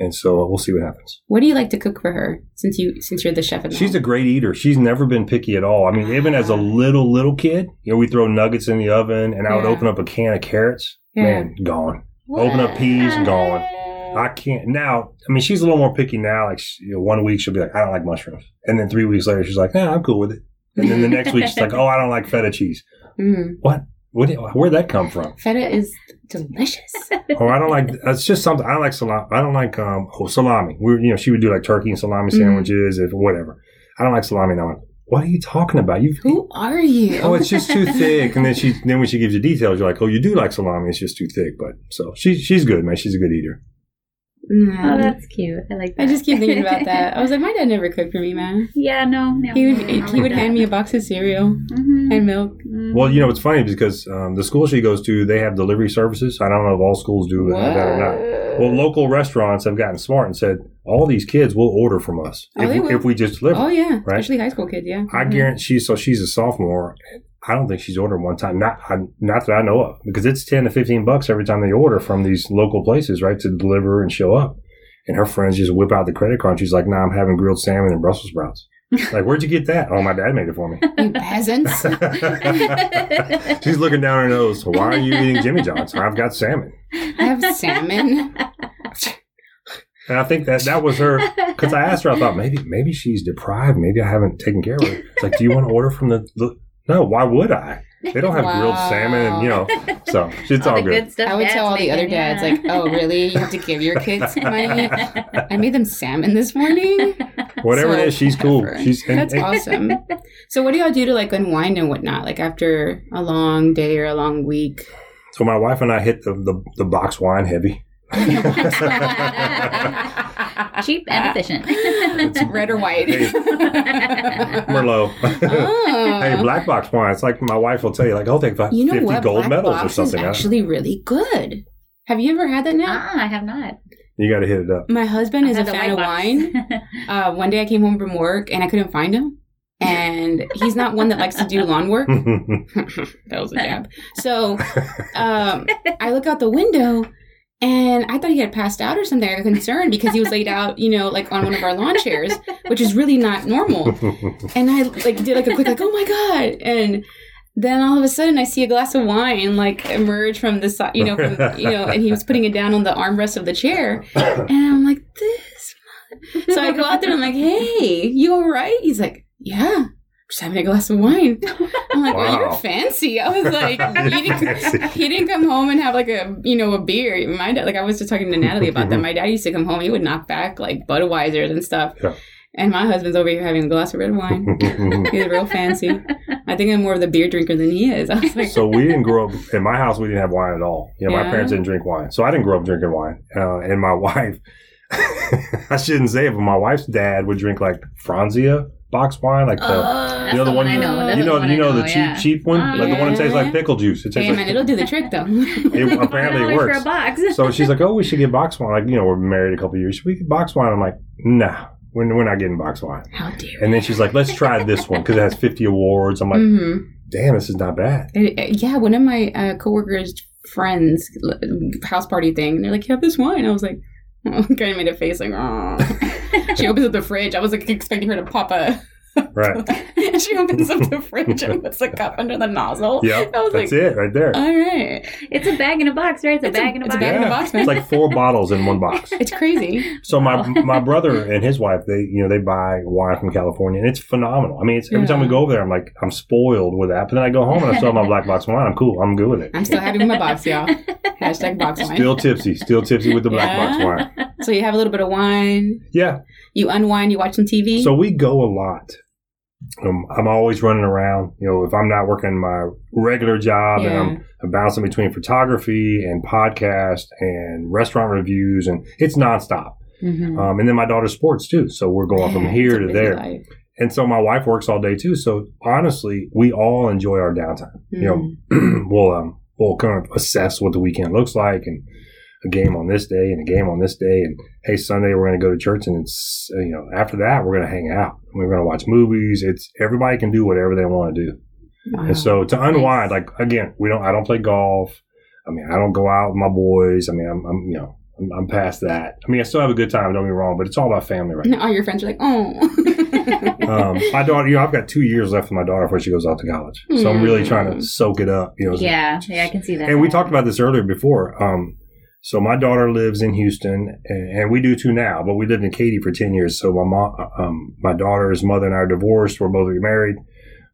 Speaker 4: and so we'll see what happens.
Speaker 1: What do you like to cook for her? Since you since you're the chef at the
Speaker 4: She's a
Speaker 1: home?
Speaker 4: great eater. She's never been picky at all. I mean, even as a little little kid, you know, we throw nuggets in the oven, and I would
Speaker 1: Yeah.
Speaker 4: open up a can of carrots.
Speaker 1: Yeah.
Speaker 4: Man, gone. Open up peas, gone. I can't now. I mean, she's a little more picky now. Like she, you know, one week she'll be like, "I don't like mushrooms," and then three weeks later she's like, "Nah, I'm cool with it." And then the next week she's like, "Oh, I don't like feta cheese."
Speaker 1: Mm.
Speaker 4: What? did- Where'd that come from?
Speaker 1: Feta is delicious.
Speaker 4: Or I don't like. It's just something I don't like salami. I don't like um oh, salami. We were- you know she would do like turkey and salami
Speaker 1: Mhm.
Speaker 4: sandwiches and whatever. I don't like salami. And I'm like, "What are you talking about? You've
Speaker 1: Who are you?
Speaker 4: oh, it's just too thick. And then she, then when she gives you details, you're like, oh, you do like salami. It's just too thick. But so she's she's good, man. She's a good eater.
Speaker 2: Oh,
Speaker 1: Mm.
Speaker 2: that's cute. I like that.
Speaker 1: I just keep thinking about that. I was like, my dad never cooked for me, man.
Speaker 2: yeah, no. no
Speaker 1: He would he would hand me a box of cereal
Speaker 2: Mm-hmm.
Speaker 1: and milk.
Speaker 4: Well, you know, it's funny because um, the school she goes to, they have delivery services. I don't know if all schools do have that or not. Well, local restaurants have gotten smart and said all these kids will order from us
Speaker 1: Oh, they
Speaker 4: if,
Speaker 1: will.
Speaker 4: if we just deliver.
Speaker 1: Oh yeah,
Speaker 4: right?
Speaker 1: especially high school kids. Yeah.
Speaker 4: I guarantee. She's, so she's a sophomore. I don't think she's ordered one time. Not I, not that I know of, because it's ten to fifteen bucks every time they order from these local places, right, to deliver and show up. And her friends just whip out the credit card. And she's like, "Nah, I'm having grilled salmon and Brussels sprouts." like, where'd you get that? Oh, my dad made it for me.
Speaker 1: you peasants.
Speaker 4: she's looking down her nose. Why are you eating Jimmy John's? I've got salmon.
Speaker 1: I have salmon.
Speaker 4: And I think that that was her.
Speaker 2: Mm-hmm.
Speaker 4: Because I asked her, I thought maybe maybe she's deprived. Maybe I haven't taken care of her. It's like, do you want to order from the? the no, why would I? They don't have grilled
Speaker 1: Wow.
Speaker 4: salmon, and you know, so it's all
Speaker 2: the
Speaker 4: good.
Speaker 2: stuff.
Speaker 1: I would
Speaker 2: dads
Speaker 1: tell all the
Speaker 2: make, uh,
Speaker 1: other dads,
Speaker 2: yeah.
Speaker 1: like, oh, really? You have to give your kids money? I made them salmon this morning.
Speaker 4: Whatever
Speaker 1: So,
Speaker 4: it is, she's cool.
Speaker 1: whatever.
Speaker 4: She's and,
Speaker 1: That's
Speaker 4: and-
Speaker 1: awesome. So, what do y'all do to like unwind and whatnot? Like after a long day or a long week?
Speaker 4: so my wife and I hit the the, the box wine heavy.
Speaker 2: Cheap
Speaker 1: Ah.
Speaker 2: and efficient.
Speaker 1: Red or white?
Speaker 4: Hey. Merlot.
Speaker 1: Oh.
Speaker 4: hey, black box wine. It's like my wife will tell you, like I'll take fi-
Speaker 1: you know
Speaker 4: fifty
Speaker 1: what?
Speaker 4: gold
Speaker 1: Black
Speaker 4: medals or
Speaker 1: Box
Speaker 4: something.
Speaker 1: Is
Speaker 4: huh?
Speaker 1: actually, really good. Have you ever had that now?
Speaker 2: Ah, I have not.
Speaker 4: you got to hit it up.
Speaker 1: My husband is a
Speaker 2: I've had the
Speaker 1: fan of
Speaker 2: white
Speaker 1: wine.
Speaker 2: box.
Speaker 1: Uh, one day I came home from work and I couldn't find him. And he's not one that likes to do lawn work.
Speaker 4: Hmm.
Speaker 1: that was a jab. So um, I look out the window and I thought he had passed out or something. I got concerned because he was laid out, you know, like on one of our lawn chairs, which is really not normal. And I like did like a quick like, oh my god, and then all of a sudden I see a glass of wine like emerge from the side, you know, from, you know, and he was putting it down on the armrest of the chair, and I'm like this. mo-" So I go out there and I'm like, hey, you all right? He's like, yeah. Just having a glass of wine. I'm like, well, you're
Speaker 4: Wow.
Speaker 1: fancy. I was like, you didn't,
Speaker 4: Fancy.
Speaker 1: he didn't come home and have like a you know a beer. My dad, like I was just talking to Natalie about that. My dad used to come home; he would knock back like Budweisers and stuff.
Speaker 4: Yeah.
Speaker 1: And my husband's over here having a glass of red wine. He's real fancy. I think I'm more of the beer drinker than he
Speaker 2: Uh,
Speaker 1: is. I was like,
Speaker 4: so we didn't grow up in my house. We didn't have wine at all. You know,
Speaker 1: Yeah.
Speaker 4: my parents didn't drink wine, so I didn't grow up drinking wine. Uh, and my wife, I shouldn't say it, but my wife's dad would drink like Franzia box wine, like the
Speaker 1: oh,
Speaker 4: you know the
Speaker 2: the one
Speaker 4: one,
Speaker 2: I
Speaker 4: you,
Speaker 2: know. That's
Speaker 4: you
Speaker 2: the
Speaker 4: know
Speaker 2: one
Speaker 4: you
Speaker 2: I
Speaker 4: know,
Speaker 2: know,
Speaker 4: the cheap
Speaker 2: yeah.
Speaker 4: cheap one,
Speaker 2: Oh,
Speaker 4: like the one that tastes
Speaker 1: yeah.
Speaker 4: like pickle juice. It tastes
Speaker 1: hey man,
Speaker 4: like
Speaker 1: it'll do the trick though.
Speaker 4: it, apparently it
Speaker 2: $5
Speaker 4: works.
Speaker 2: for a box.
Speaker 4: so she's like, "Oh, we should get box wine." Like, you know, we're married a couple years. Should we get box wine? I'm like, "Nah, we're, we're not getting box wine."
Speaker 1: How dare?
Speaker 4: And then she's like, "Let's try this one because it has 50 awards." I'm like,
Speaker 1: hmm
Speaker 2: Mm.
Speaker 4: "Damn, this is not bad."
Speaker 1: Yeah, one of my uh, coworkers' friends' l- house party thing, and they're like, "You have this wine." I was like. Oh, kind of made a face like, oh. she opens up the fridge. I was like expecting her to pop a
Speaker 4: Right?
Speaker 1: and she opens up the fridge and puts the cup under the nozzle.
Speaker 4: Yep.
Speaker 1: I was
Speaker 4: That's
Speaker 1: like,
Speaker 4: it right
Speaker 2: uh,
Speaker 4: there.
Speaker 1: all right.
Speaker 2: It's a bag in a box, right? It's a bag in a
Speaker 1: it's a
Speaker 2: box.
Speaker 1: bag in a box, man.
Speaker 4: It's like four bottles in one box.
Speaker 1: It's crazy.
Speaker 4: So my my brother and his wife, they you know they buy wine from California, and it's phenomenal. I mean, it's, every
Speaker 1: Yeah.
Speaker 4: time we go over there, I'm like I'm spoiled with that. But then I go home and I still have my black box wine. I'm cool. I'm good with it.
Speaker 1: I'm still happy with my box, y'all. Hashtag box wine.
Speaker 4: Still tipsy, still tipsy with the black box
Speaker 1: Yeah.
Speaker 4: wine.
Speaker 1: so you have a little bit of wine.
Speaker 4: Yeah.
Speaker 1: You unwind. You watch some TV.
Speaker 4: So we go a lot. Um, I'm always running around. You know, if I'm not working my regular job and
Speaker 1: Yeah.
Speaker 4: I'm, I'm bouncing between photography and podcast and restaurant reviews, and it's nonstop.
Speaker 1: Uh,
Speaker 2: Mhm.
Speaker 4: Um, and then my daughter's sports too. So we're going from
Speaker 1: Mm. Yeah,
Speaker 4: here
Speaker 1: it's a
Speaker 4: to
Speaker 1: busy
Speaker 4: there.
Speaker 1: life.
Speaker 4: And so my wife works all day too. So honestly, we all enjoy our downtime. You know,
Speaker 1: Mm,
Speaker 4: we'll um, we'll kind of assess what the weekend looks like, and a game on this day, and a game on this day, and hey, Sunday we're going to go to church, and it's uh, you know after that we're going to hang out, we're going to watch movies. It's everybody can do whatever they want to do.
Speaker 1: Wow.
Speaker 4: And so to unwind,
Speaker 2: Nice.
Speaker 4: like again, we don't I don't play golf. I mean, I don't go out with my boys. I mean, I'm, I'm you know I'm, I'm past that. I mean, I still have a good time. Don't get me wrong, but it's all about family right now
Speaker 1: And all your friends are like, oh.
Speaker 4: um, my daughter, you know, I've got two years left for my daughter before she goes off to college, so I'm really trying to soak it up. You know,
Speaker 2: Yeah, yeah, I can see that.
Speaker 4: and we talked about this earlier before. Um, so my daughter lives in Houston, and, and we do too now, but we lived in Katy for ten years. So my mom, um, my daughter's mother and I are divorced. We're both remarried,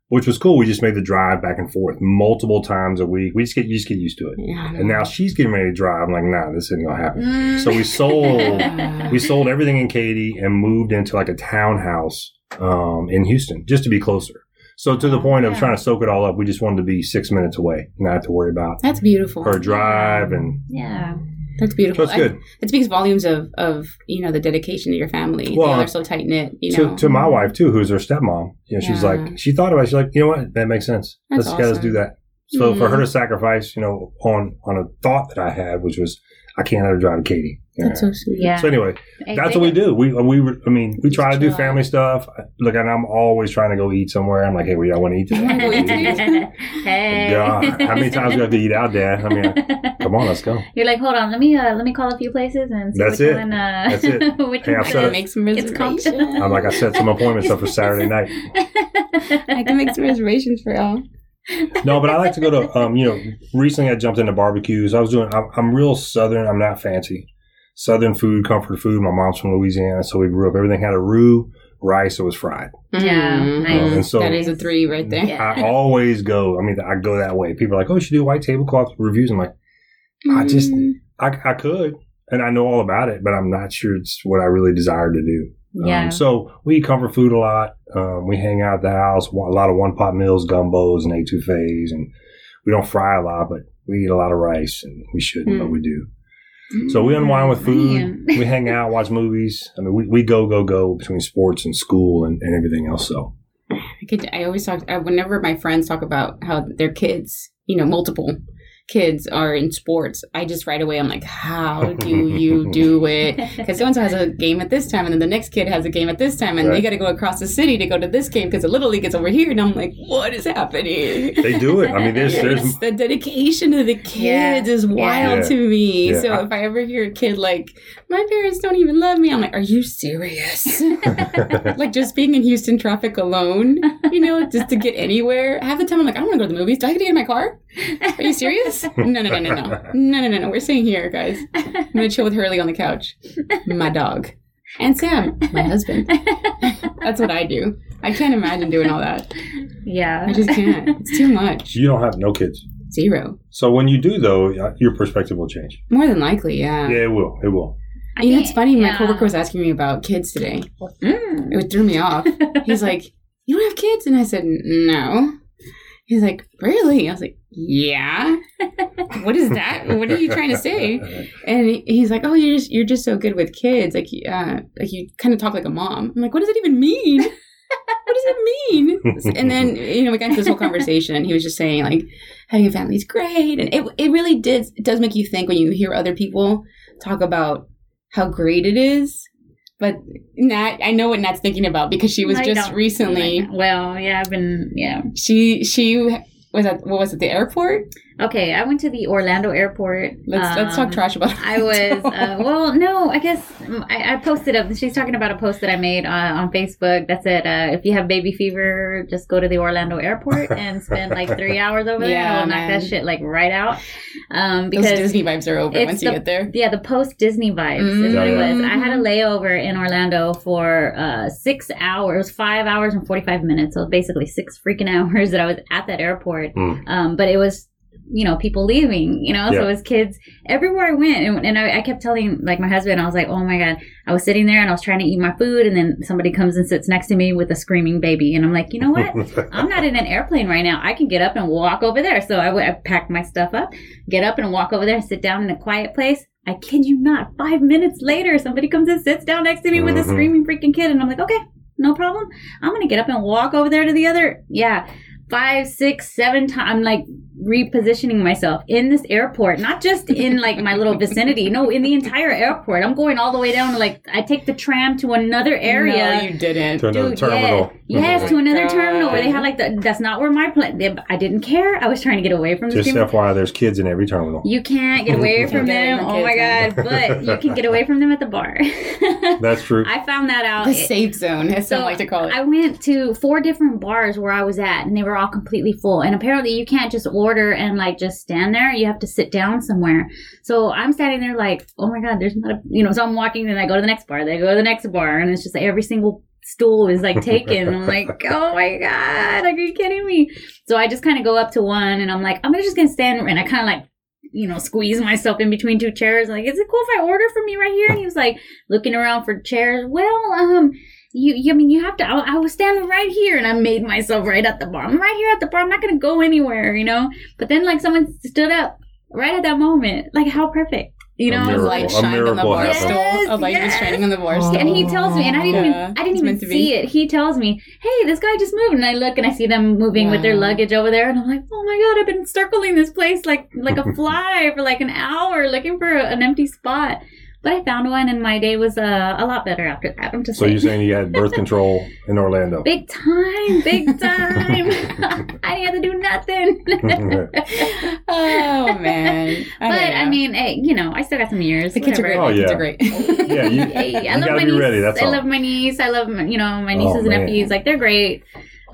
Speaker 4: which was cool. We just made the drive back and forth multiple times a week. We just get you just get used to it. And now she's getting ready to drive. I'm like, nah, this isn't gonna happen.
Speaker 2: Mm.
Speaker 4: So we sold
Speaker 1: Yeah.
Speaker 4: we sold everything in Katy and moved into like a townhouse um, in Houston just to be closer. So to the
Speaker 1: Oh,
Speaker 4: point of
Speaker 2: Yeah.
Speaker 4: trying to soak it all up, we just wanted to be six minutes away, not have to worry about
Speaker 1: That's beautiful.
Speaker 4: her drive, and
Speaker 2: yeah,
Speaker 1: That's
Speaker 4: so
Speaker 1: beautiful.
Speaker 4: it's good.
Speaker 1: Oh, I- it speaks volumes of, of you know the dedication to your family.
Speaker 4: Well,
Speaker 1: Y'all are so tight knit. You know.
Speaker 4: To, to my wife too, who's her stepmom, you know, she's
Speaker 1: Yeah.
Speaker 4: like she thought about. It, she's like, you know what, that makes sense.
Speaker 1: That's
Speaker 4: let's yeah, let's
Speaker 1: awesome.
Speaker 4: do that. So for
Speaker 1: Mhm.
Speaker 4: her to sacrifice, you know, on on a thought that I had, which was I can't let her drive to Katy. you
Speaker 1: That's
Speaker 4: know.
Speaker 1: so sweet.
Speaker 2: yeah.
Speaker 4: so anyway, That's what we do. We we were- I mean, we try to do
Speaker 1: chill out.
Speaker 4: family stuff. Look, and I'm always trying to go eat somewhere. I'm like, hey, we all want to eat
Speaker 1: wanna go eat
Speaker 4: today.
Speaker 1: today?
Speaker 2: hey.
Speaker 4: God, how many times do we have to eat out, Dad? I mean, come on, let's go.
Speaker 2: You're like, hold on, let me uh, let me call a few places and see
Speaker 4: That's
Speaker 2: which
Speaker 4: it.
Speaker 2: one. Uh,
Speaker 4: That's it.
Speaker 2: which
Speaker 4: Hey,
Speaker 2: one
Speaker 4: I've said
Speaker 1: I
Speaker 4: So-
Speaker 1: can
Speaker 2: is-
Speaker 1: make some
Speaker 2: it's called-
Speaker 1: reservations.
Speaker 4: I'm like, I set some appointments up for Saturday night.
Speaker 1: I can make some reservations for y'all.
Speaker 4: No, but I like to go to. Um, you know, recently I jumped into barbecues. I was doing. I'm, I'm real southern. I'm not fancy. Southern food, comfort food. My mom's from Louisiana, so we grew up. Everything had a roux, rice that was fried.
Speaker 2: Yeah,
Speaker 1: Mhm.
Speaker 2: nice.
Speaker 4: Um, and so
Speaker 1: that is a three right there.
Speaker 2: Yeah.
Speaker 4: I always go. I mean, I go that way. People are like, "Oh, you should do white tablecloth reviews." I'm like, I just-
Speaker 1: Mm-hmm.
Speaker 4: I, I could, and I know all about it, but I'm not sure it's what I really desire to do.
Speaker 2: yeah.
Speaker 4: Um, so we eat comfort food a lot. Um, we hang out at the house. A lot of one pot meals, gumbos, and etouffees, and we don't fry a lot, but we eat a lot of rice, and we shouldn't,
Speaker 2: Hmm.
Speaker 4: but we do. So we unwind with food.
Speaker 2: Man.
Speaker 4: we hang out, watch movies. I mean, we, we go go go between sports and school and, and everything else. So
Speaker 1: I, could, I always talk I, whenever my friends talk about how their kids, you know, multiple kids are in sports. I just right away I'm like, how do you do it? Because so and so has a game at this time, and then the next kid has a game at this time, and they
Speaker 4: Right.
Speaker 1: got to go across the city to go to this game because the little league is over here, and I'm like, what is happening?
Speaker 4: they do it. I mean, there's there's
Speaker 1: Yes, the dedication to the kids
Speaker 2: Yeah.
Speaker 1: is wild
Speaker 4: Yeah.
Speaker 1: to me.
Speaker 4: Yeah.
Speaker 1: So if I ever hear a kid like, "My parents don't even love me," I'm like, "Are you serious?" like just being in Houston traffic alone, you know, just to get anywhere. Half the time, I'm like, "I don't want to go to the movies. Do I get to get in my car? Are you serious? no, no, no, no, no, no, no, no, no. We're staying here, guys. I'm gonna chill with Hurley on the couch, my dog, and Sam, my husband. That's what I do. I can't imagine doing all that. I
Speaker 2: yeah.
Speaker 1: just can't. It's too much.
Speaker 4: you don't have no kids.
Speaker 1: Zero.
Speaker 4: So when you do though, uh, your perspective will change.
Speaker 1: More than likely, yeah.
Speaker 2: Uh-huh.
Speaker 4: Yeah, it will. It will.
Speaker 1: You know, it's funny. My
Speaker 2: Yeah.
Speaker 1: coworker was asking me about kids today.
Speaker 2: Mm.
Speaker 1: It threw me off. He's like, "You don't have kids?" And I said, "No." He's like, "Really?" I was like, "Yeah." what is that? What are you trying to say? And he- he's like, "Oh, you're just you're just so good with kids. Like, you- uh, like you kind of talk like a mom." I'm like, "What does it even mean? what does it mean?" and then you know we got into this whole conversation and he was just saying like having a family is great and it, it really did it does make you think when you hear other people talk about how great it is but Nat I know what Nat's thinking about because she was
Speaker 2: I
Speaker 1: just
Speaker 2: don't-
Speaker 1: recently
Speaker 2: Well, yeah, I've been, yeah.
Speaker 1: she she was at what was it the airport
Speaker 2: Okay, I went to the Orlando airport.
Speaker 1: let's let's talk
Speaker 2: Um,
Speaker 1: trash about
Speaker 2: I was uh, well, no, I guess mm, I, I posted up. She's talking about a post that I made uh, on Facebook that said, uh, "If you have baby fever, just go to the Orlando airport and spend like three hours over there.
Speaker 1: Yeah,
Speaker 2: and knock that
Speaker 1: man.
Speaker 2: shit like right out." Um,
Speaker 1: those
Speaker 2: because
Speaker 1: Disney vibes are over
Speaker 2: it's
Speaker 1: once you
Speaker 2: the-
Speaker 1: get there
Speaker 2: yeah, the post Disney vibes is what it was. I had
Speaker 4: Mm-hmm.
Speaker 2: a layover in Orlando for uh, six hours, five hours and forty five minutes. So basically six freaking hours that I was at that airport.
Speaker 4: Mm.
Speaker 2: Um, but it was you know people leaving you know so
Speaker 4: Yeah.
Speaker 2: it was kids everywhere i went and, and I, I kept telling like my husband i was like oh my god i was sitting there and i was trying to eat my food and then somebody comes and sits next to me with a screaming baby and i'm like you know what I'm not in an airplane right now. I can get up and walk over there. So I, w- I packed my stuff up, get up and walk over there, sit down in a quiet place. I kid you not. Five minutes later, somebody comes and sits down next to me with a
Speaker 4: Mhm.
Speaker 2: screaming freaking kid. And I'm like, okay, no problem. I'm going to get up and walk over there to the other. Yeah. Five, six, seven times. I'm like repositioning myself in this airport, not just in like my little vicinity. No, in the entire airport. I'm going all the way down. Like I take the tram to another area.
Speaker 1: no you didn't
Speaker 4: to another
Speaker 2: Dude,
Speaker 4: terminal.
Speaker 2: Yes, yes
Speaker 1: Oh
Speaker 2: to
Speaker 1: my
Speaker 2: another
Speaker 1: God.
Speaker 2: terminal where they had like the. That's not where my plan. They, I didn't care. I was trying to get away from the
Speaker 4: Just
Speaker 2: people.
Speaker 4: FYI, there's kids in every terminal.
Speaker 2: You can't get away from
Speaker 1: Can't get away
Speaker 2: them.
Speaker 1: from
Speaker 2: Oh my god!
Speaker 1: kids,
Speaker 2: But you can get away from them at the bar.
Speaker 4: That's true.
Speaker 2: I found that out.
Speaker 1: the safe zone as some like to call it
Speaker 2: I went to four different bars where I was at, and they were all completely full. And apparently, you can't just order and like just stand there. You have to sit down somewhere. So I'm standing there like, oh my god, there's not a you know. So I'm walking, and I go to the next bar. Then I go to the next bar, and it's just like every single stool is like taken. I'm like, oh my god, are you kidding me? So I just kind of go up to one, and I'm like, I'm just gonna stand, and I kind of like. You know, squeeze myself in between two chairs. Like, is it cool if I order from you right here? And he was like looking around for chairs. Well, um, you, you I mean, you have to. I, I was standing right here, and I made myself right at the bar. I'm right here at the bar. I'm not gonna go anywhere, you know. But then, like, someone stood up right at that moment. Like, how perfect, you know?
Speaker 4: A
Speaker 1: His
Speaker 4: miracle-
Speaker 1: light
Speaker 4: a
Speaker 1: shined on the
Speaker 4: miracle
Speaker 1: bar
Speaker 4: happened. Oh.
Speaker 1: stool. A light was
Speaker 2: Yes,
Speaker 1: shining on the bar stool.
Speaker 2: And he tells me, and I didn't
Speaker 1: Yeah,
Speaker 2: even, I didn't
Speaker 1: it's
Speaker 2: even
Speaker 1: meant to be.
Speaker 2: see it. He tells me, "Hey, this guy just moved," and I look and I see them moving with their
Speaker 1: Wow.
Speaker 2: luggage over there, and I'm like, "Oh my god, I've been circling this place like like a fly for like an hour, looking for an empty spot." But I found one, and my day was uh, a lot better after that. I'm just
Speaker 4: so
Speaker 2: saying.
Speaker 4: you're saying you had birth control in Orlando?
Speaker 2: Big time, big time. I didn't have to do nothing.
Speaker 1: oh man! I
Speaker 2: but
Speaker 1: don't
Speaker 2: I
Speaker 1: know.
Speaker 2: mean, hey, you know, I still got some years.
Speaker 1: the kids are great.
Speaker 4: Oh,
Speaker 2: whatever.
Speaker 1: the kids
Speaker 4: yeah.
Speaker 1: are great.
Speaker 4: yeah, Oh, you,
Speaker 2: Hey,
Speaker 4: you
Speaker 2: I love
Speaker 4: gotta
Speaker 2: my
Speaker 4: be
Speaker 2: niece.
Speaker 4: ready. That's
Speaker 2: I
Speaker 4: all.
Speaker 2: love my niece. I love my, you know my nieces
Speaker 4: Oh,
Speaker 2: and
Speaker 4: man.
Speaker 2: nephews. Like they're great.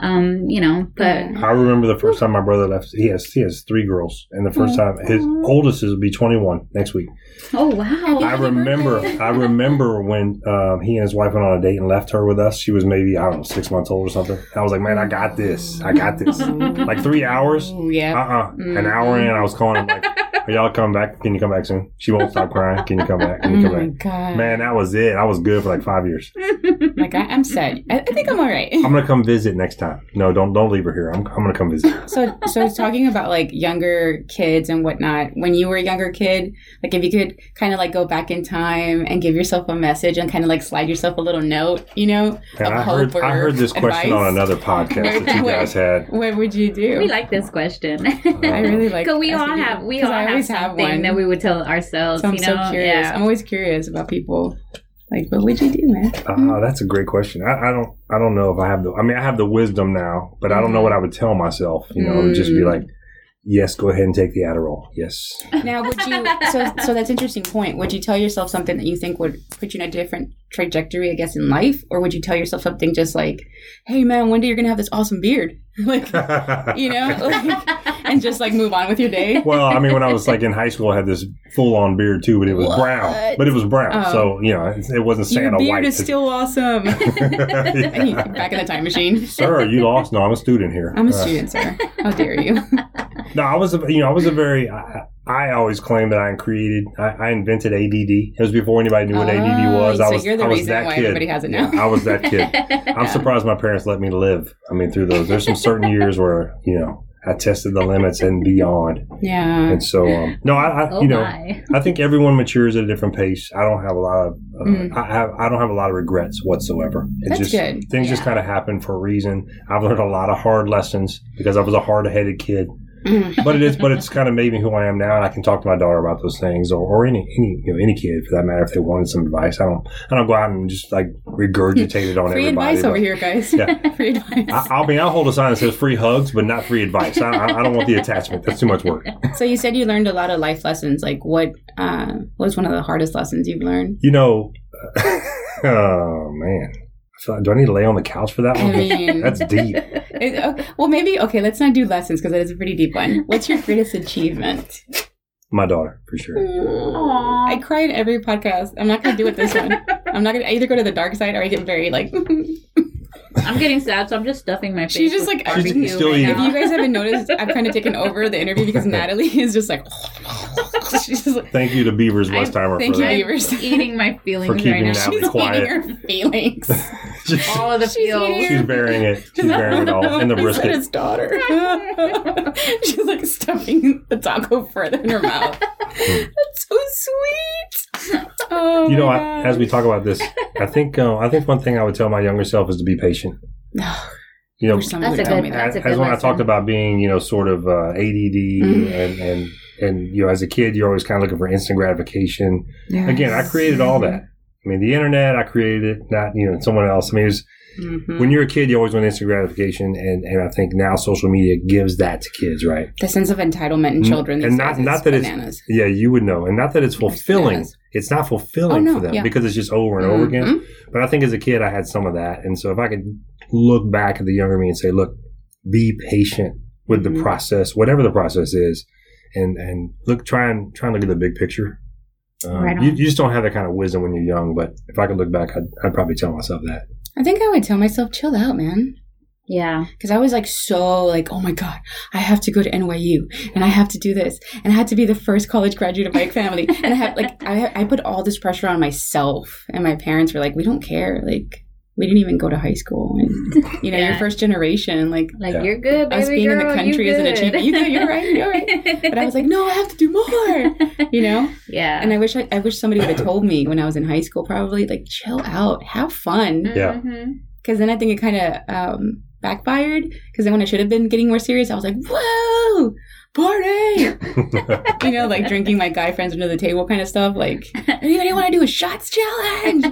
Speaker 2: Um, you know, but
Speaker 4: I remember the first time my brother left. He has he has three girls, and the first time his
Speaker 1: Aw.
Speaker 4: oldest is will be twenty one next week.
Speaker 2: oh wow,
Speaker 4: I
Speaker 1: Happy
Speaker 4: remember
Speaker 1: birthday.
Speaker 4: I remember when um, he and his wife went on a date and left her with us. She was maybe I don't know six months old or something. I was like, man, I got this, I got this. like three hours.
Speaker 1: Ooh,
Speaker 4: Uh
Speaker 1: Oh. yeah.
Speaker 4: uh An hour in, I was calling him like, are y'all coming back? Can you come back soon? She won't stop crying. Can you come back?
Speaker 1: Oh
Speaker 4: Can you
Speaker 1: my
Speaker 4: come
Speaker 1: god.
Speaker 4: back? Man, that was it. I was good for like five years.
Speaker 1: Like I, I'm sad. I, I think I'm all right.
Speaker 4: I'm gonna come visit next time. No, don't don't leave her here. I'm, I'm gonna come visit.
Speaker 1: So, so it's talking about like younger kids and whatnot. When you were a younger kid, like if you could kind of like go back in time and give yourself a message and kind of like slide yourself a little note, you know,
Speaker 4: And
Speaker 1: of
Speaker 4: I
Speaker 1: hope
Speaker 4: heard I
Speaker 1: or
Speaker 4: heard this
Speaker 1: advice,
Speaker 4: question on another podcast that you guys had. Uh,
Speaker 1: What would you do?
Speaker 2: we like this question.
Speaker 1: I really like.
Speaker 2: Cause we all
Speaker 1: asking you-
Speaker 2: have, we
Speaker 1: 'cause
Speaker 2: all
Speaker 1: I
Speaker 2: have
Speaker 1: always
Speaker 2: something
Speaker 1: have one.
Speaker 2: that we would tell ourselves.
Speaker 1: so I'm
Speaker 2: you know,
Speaker 1: so curious.
Speaker 2: yeah.
Speaker 1: I'm always curious about people. Like, what would you do, man?
Speaker 4: Ah, that's a great question. I, I don't I don't know if I have the I mean I have the wisdom now, but I don't
Speaker 1: Mm-hmm.
Speaker 4: know what I would tell myself. You know, it would just be
Speaker 1: Mm.
Speaker 4: like, yes, go ahead and take the Adderall. Yes.
Speaker 1: Now, would you? So, so that's an interesting point. Would you tell yourself something that you think would put you in a different trajectory, I guess, in life, or would you tell yourself something just like, "Hey, man, one day you're gonna have this awesome beard," like you know, like, and just like move on with your day?
Speaker 4: well, I mean, when I was like in high school, I had this full on beard too, but it was brown.
Speaker 1: What?
Speaker 4: But it was brown,
Speaker 1: Oh.
Speaker 4: so you know, it, it wasn't Santa
Speaker 1: Your beard
Speaker 4: white.
Speaker 1: is still awesome.
Speaker 4: Yeah.
Speaker 1: Back in the time machine.
Speaker 4: Sir, you lost. No, I'm a student here.
Speaker 1: I'm
Speaker 4: Uh,
Speaker 1: a student, sir. How dare you?
Speaker 4: No, I was, a, you know, I was a very. I, I always claimed that I created, I, I invented ADD. It was before anybody knew what ADD
Speaker 1: Oh,
Speaker 4: was. I
Speaker 1: so
Speaker 4: was,
Speaker 1: you're the
Speaker 4: I was
Speaker 1: reason
Speaker 4: that
Speaker 1: why
Speaker 4: kid.
Speaker 1: everybody has it now.
Speaker 4: Yeah, I was that kid. I'm surprised my parents let me live. I mean, through those, there's some certain years where you know I tested the limits and beyond.
Speaker 1: Yeah.
Speaker 4: And so, um, no, I, I
Speaker 2: oh
Speaker 4: you know,
Speaker 2: my.
Speaker 4: I think everyone matures at a different pace. I don't have a lot of, uh,
Speaker 1: Mm.
Speaker 4: I have, I don't have a lot of regrets whatsoever. It
Speaker 1: That's
Speaker 4: just,
Speaker 1: good.
Speaker 4: Things just kind of happen for a reason. I've learned a lot of hard lessons because I was a hard-headed kid
Speaker 1: Mm.
Speaker 4: but it is but it's kind of made me who I am now and I can talk to my daughter about those things or, or any any you know any kid for that matter if they wanted some advice I don't I don't go out and just like regurgitate it on
Speaker 1: Free
Speaker 4: everybody
Speaker 1: advice over
Speaker 4: but
Speaker 1: here, guys.
Speaker 4: Yeah.
Speaker 1: Free advice.
Speaker 4: I, I'll be I'll hold a sign that says free hugs but not free advice I, I, I don't want the attachment that's too much work
Speaker 1: So you said you learned a lot of life lessons. Like, what uh, what was one of the hardest lessons you've learned?
Speaker 4: you know oh man I feel like, do I need to lay on the couch for that
Speaker 1: I
Speaker 4: one
Speaker 1: mean,
Speaker 4: Oh, that's deep
Speaker 1: It- okay, well, maybe okay. Let's not do lessons because that is a pretty deep one. What's your greatest achievement?
Speaker 4: my daughter for sure
Speaker 2: Aw.
Speaker 1: I cry in every podcast. I'm not gonna do it this one. I'm not gonna I either go to the dark side or I get very like. if
Speaker 2: I'm getting sad, so I'm just stuffing my face.
Speaker 1: She's just
Speaker 2: with
Speaker 1: like-
Speaker 4: She's
Speaker 2: barbecue
Speaker 4: still
Speaker 2: right
Speaker 4: eating.
Speaker 2: now.
Speaker 1: you guys haven't noticed, I've kind of taken over the interview because Natalie is just like. she's just like
Speaker 4: thank you to Beavers
Speaker 2: I-
Speaker 4: Westheimer
Speaker 1: thank
Speaker 4: for
Speaker 1: you,
Speaker 4: that
Speaker 1: neighbors.
Speaker 2: eating my feelings
Speaker 4: For keeping
Speaker 2: right now.
Speaker 4: Natalie
Speaker 1: She's
Speaker 4: quiet.
Speaker 1: eating her feelings.
Speaker 2: All of the
Speaker 1: She's
Speaker 2: feels.
Speaker 1: eating-
Speaker 4: she's bearing it she's bearing it all and the
Speaker 1: He said
Speaker 4: brisket
Speaker 1: His daughter. She's like stuffing the taco further in her mouth. That's so sweet. Oh,
Speaker 4: Hmm. you know,
Speaker 1: my
Speaker 4: I,
Speaker 1: God.
Speaker 4: as we talk about this, I think uh, I think one thing I would tell my younger self is to be patient. You know,
Speaker 1: Wish someone
Speaker 2: That's
Speaker 1: would
Speaker 2: a
Speaker 1: tell
Speaker 2: good-
Speaker 1: me that.
Speaker 4: as,
Speaker 2: that's a good
Speaker 4: as when I
Speaker 2: lesson.
Speaker 4: talked about being, you know, sort of uh, ADD
Speaker 1: Mm.
Speaker 4: and and and you know, as a kid, you're always kind of looking for instant gratification. Again, I created all
Speaker 1: Mm-hmm.
Speaker 4: that. I mean, the internet, I created it, not you know, someone else. I mean, it was,
Speaker 1: Mhm.
Speaker 4: when you're a kid, you always want instant gratification, and and I think now social media gives that to kids, right?
Speaker 1: the sense of entitlement in
Speaker 4: Mm,
Speaker 1: children, these
Speaker 4: and not-
Speaker 1: days is
Speaker 4: not that it's-
Speaker 1: bananas.
Speaker 4: Yeah, you would know, and not that it's fulfilling.
Speaker 1: Yes.
Speaker 4: It's not fulfilling
Speaker 1: Oh, no,
Speaker 4: for them
Speaker 1: yeah.
Speaker 4: because it's just over and over again.
Speaker 1: Mhm.
Speaker 4: But I think as a kid, I had some of that. And so if I could look back at the younger me and say, look, be patient with the
Speaker 1: Mhm.
Speaker 4: process, whatever the process is, and, and look, try and try and look at the big picture. Um,
Speaker 2: Right
Speaker 4: you,
Speaker 2: on.
Speaker 4: you just don't have that kind of wisdom when you're young, but if I could look back, I'd, I'd probably tell myself that.
Speaker 1: I think I would tell myself, chill out, man.
Speaker 2: Yeah.
Speaker 1: Because I was like so like, oh my god, I have to go to NYU and I have to do this and I had to be the first college graduate of my family and I had like I I put all this pressure on myself and my parents were like, we don't care, like we didn't even go to high school and you know
Speaker 2: Yeah.
Speaker 1: your first generation like.
Speaker 2: Like
Speaker 4: Yeah.
Speaker 2: you're good, baby
Speaker 1: Us being in the
Speaker 2: girl,
Speaker 1: country
Speaker 2: you
Speaker 1: is an
Speaker 2: good.
Speaker 1: achievement. You know, you're right, you're right. But I was like, no, I have to do more, you know.
Speaker 2: yeah.
Speaker 1: And I wish I, I wish somebody would have told me when I was in high school, probably like chill out, have fun
Speaker 4: Yeah.
Speaker 2: Mhm.
Speaker 1: because then I think it kind of um, backfired. Because then when I should have been getting more serious, I was like, "Whoa, party!" you know, like drinking my guy friends under the table kind of stuff. Like, anybody want to do a shots challenge?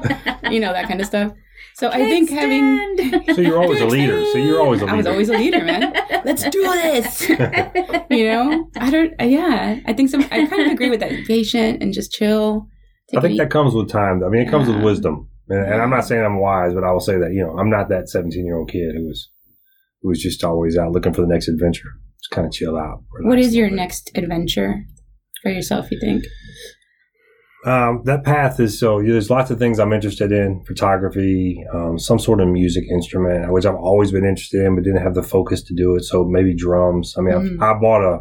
Speaker 1: you know, that kind of stuff. So I think having
Speaker 2: Handstand.
Speaker 4: so you're always a leader. So you're always a leader.
Speaker 1: I was always a leader, man. Let's do this. you know, I don't. Yeah, I think some. I kind of agree with that. Be patient and just chill.
Speaker 4: I think that comes with time. I mean, it comes with
Speaker 1: Yeah.
Speaker 4: wisdom. And, and I'm not saying I'm wise, but I will say that, you know, I'm not that 17 year old kid who was who was just always out looking for the next adventure. Just kind of chill out.
Speaker 1: What
Speaker 4: relax
Speaker 1: is
Speaker 4: a
Speaker 1: your
Speaker 4: little bit.
Speaker 1: next adventure for yourself? You think?
Speaker 4: Um, that path is so there's lots of things I'm interested in photography, um, some sort of music instrument, which I've always been interested in, but didn't have the focus to do it. So maybe drums. I mean,
Speaker 1: Mhm.
Speaker 4: I've, I bought a,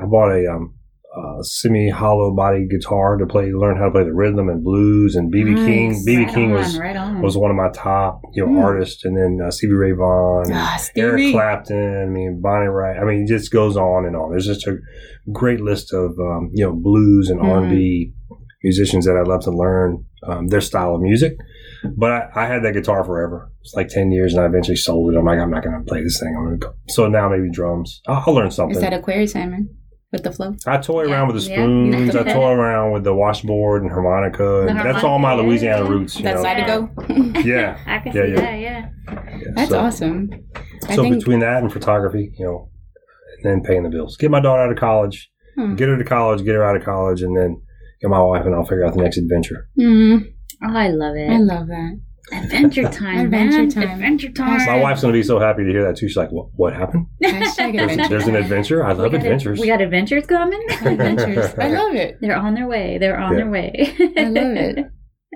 Speaker 4: I bought a, um, uh, semi hollow body guitar to play, learn how to play the rhythm and blues and BB King.
Speaker 1: Nice.
Speaker 4: BB
Speaker 2: right
Speaker 4: King
Speaker 2: on,
Speaker 4: was,
Speaker 2: right on.
Speaker 4: was one of my top, you know,
Speaker 1: Mm.
Speaker 4: artists. And then uh, Stevie Ray Vaughan. and-
Speaker 1: Ah,
Speaker 4: Eric
Speaker 1: Stevie.
Speaker 4: Clapton, I mean Bonnie Wright. I mean, it just goes on and on. There's just a great list of um, you know blues and
Speaker 2: Mm-hmm.
Speaker 1: Mhm.
Speaker 4: R and B musicians that I'd love to learn um, their style of music. But I, I had that guitar forever. It's like ten years, and I eventually sold it. I'm like, I'm not going to play this thing. I'm going to go. So now maybe drums. I'll, I'll learn something.
Speaker 1: Is that Aquarius Simon with the flow?
Speaker 4: I toy
Speaker 2: Yeah,
Speaker 4: around with the
Speaker 2: yeah.
Speaker 4: spoons. I toy around with the washboard and harmonica.
Speaker 2: The
Speaker 4: and that's all my
Speaker 2: harmonica, yeah.
Speaker 4: Louisiana roots. You
Speaker 1: That's
Speaker 4: know?
Speaker 1: Zydeco.
Speaker 4: Yeah.
Speaker 2: I can
Speaker 4: Yeah,
Speaker 2: see
Speaker 4: yeah.
Speaker 2: that. Yeah.
Speaker 4: yeah.
Speaker 1: That's
Speaker 4: So-
Speaker 1: awesome. I
Speaker 4: so
Speaker 1: think.
Speaker 4: between that and photography, you know, and then paying the bills, get my daughter out of college,
Speaker 1: Hmm.
Speaker 4: get her to college, get her out of college, and then get my wife and I'll figure out the next adventure.
Speaker 1: Mhm.
Speaker 2: Oh, I love it.
Speaker 1: I love that.
Speaker 2: Adventure time.
Speaker 1: Adventure
Speaker 2: man.
Speaker 1: time.
Speaker 2: Adventure time.
Speaker 4: My wife's gonna be so happy to hear that too. She's like, "What? What happened?
Speaker 1: Hashtag
Speaker 4: There's,
Speaker 1: adventure.
Speaker 4: there's an adventure. I love
Speaker 2: we got,
Speaker 4: adventures."
Speaker 2: We got adventures coming.
Speaker 1: Adventures. I love it.
Speaker 2: They're on their way. They're on
Speaker 4: Yeah.
Speaker 2: their way.
Speaker 1: I love it.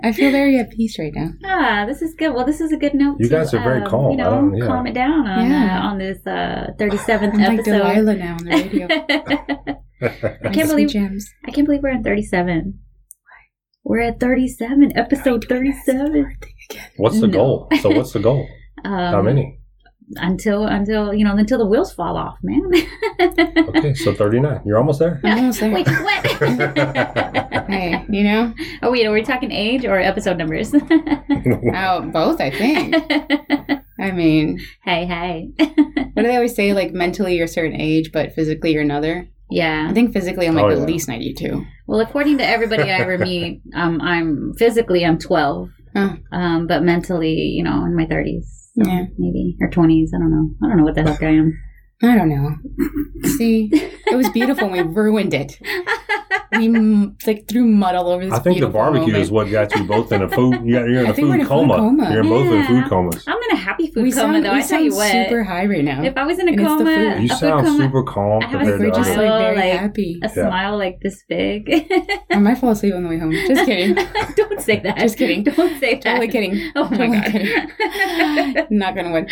Speaker 1: I feel very at peace right now.
Speaker 2: Ah, this is good. Well, this is a good note.
Speaker 4: You
Speaker 2: to,
Speaker 4: guys are very
Speaker 2: um,
Speaker 4: calm.
Speaker 2: You
Speaker 4: I
Speaker 2: know,
Speaker 4: don't- yeah.
Speaker 2: calm it down on
Speaker 1: Yeah.
Speaker 2: uh, on this uh,
Speaker 1: I'm
Speaker 2: 37th
Speaker 1: like
Speaker 2: episode.
Speaker 1: Delilah now on the radio. I
Speaker 2: can't believe-
Speaker 1: gems.
Speaker 2: I can't believe we're at 37. We're at 37, episode 37.
Speaker 4: what's the
Speaker 2: No.
Speaker 4: goal? So what's the goal?
Speaker 2: Um,
Speaker 4: How many?
Speaker 2: Until until you know until the wheels fall off, man.
Speaker 4: Okay, so 39. You're almost there.
Speaker 1: I'm almost there.
Speaker 2: Wait, what?
Speaker 1: Hey, you know?
Speaker 2: oh wait, are we talking age or episode numbers?
Speaker 1: Oh, both, I think.
Speaker 2: hey,
Speaker 1: I mean,
Speaker 2: hey.
Speaker 1: what do they always say? Like, mentally you're a certain age, but physically you're another. I
Speaker 2: Yeah.
Speaker 1: think physically I'm like
Speaker 4: Oh,
Speaker 1: at
Speaker 4: yeah.
Speaker 1: least 92.
Speaker 2: Well, according to everybody I ever meet, um, I'm physically I'm 12,
Speaker 1: Oh.
Speaker 2: um, but mentally, you know, in my 30s. so
Speaker 1: Yeah.
Speaker 2: Maybe or 20s. I don't know. I don't know what the heck I am.
Speaker 1: I don't know. See, it was beautiful. and We ruined it. We m- like threw mud all over this.
Speaker 4: I think the
Speaker 1: beautiful
Speaker 4: barbecue
Speaker 1: moment.
Speaker 4: is what got you both in a food. You got, you're in
Speaker 1: I
Speaker 4: a
Speaker 1: think we're in
Speaker 4: food
Speaker 1: a food
Speaker 4: coma.
Speaker 1: coma.
Speaker 4: You're both in
Speaker 2: Yeah.
Speaker 4: food comas.
Speaker 2: I'm in a happy food
Speaker 1: we
Speaker 2: coma
Speaker 1: sound,
Speaker 2: though.
Speaker 1: we
Speaker 2: I tell you
Speaker 1: sound
Speaker 2: what.
Speaker 1: super high right now.
Speaker 2: if I was in a
Speaker 1: And it's the
Speaker 2: coma,
Speaker 1: food.
Speaker 4: You
Speaker 2: a food
Speaker 4: sound
Speaker 2: coma,
Speaker 4: super calm
Speaker 2: I have a
Speaker 4: compared
Speaker 1: we're
Speaker 4: to
Speaker 2: surgery
Speaker 1: just
Speaker 4: us.
Speaker 1: like
Speaker 2: Oh,
Speaker 1: very
Speaker 2: like-
Speaker 1: happy.
Speaker 2: a
Speaker 4: Yeah.
Speaker 2: smile like this big.
Speaker 1: I might fall asleep on the way home. Just kidding.
Speaker 2: Don't say that.
Speaker 1: Just kidding.
Speaker 2: Don't say that.
Speaker 1: Totally kidding.
Speaker 2: Oh my
Speaker 1: Totally
Speaker 2: god.
Speaker 1: kidding. Not gonna win.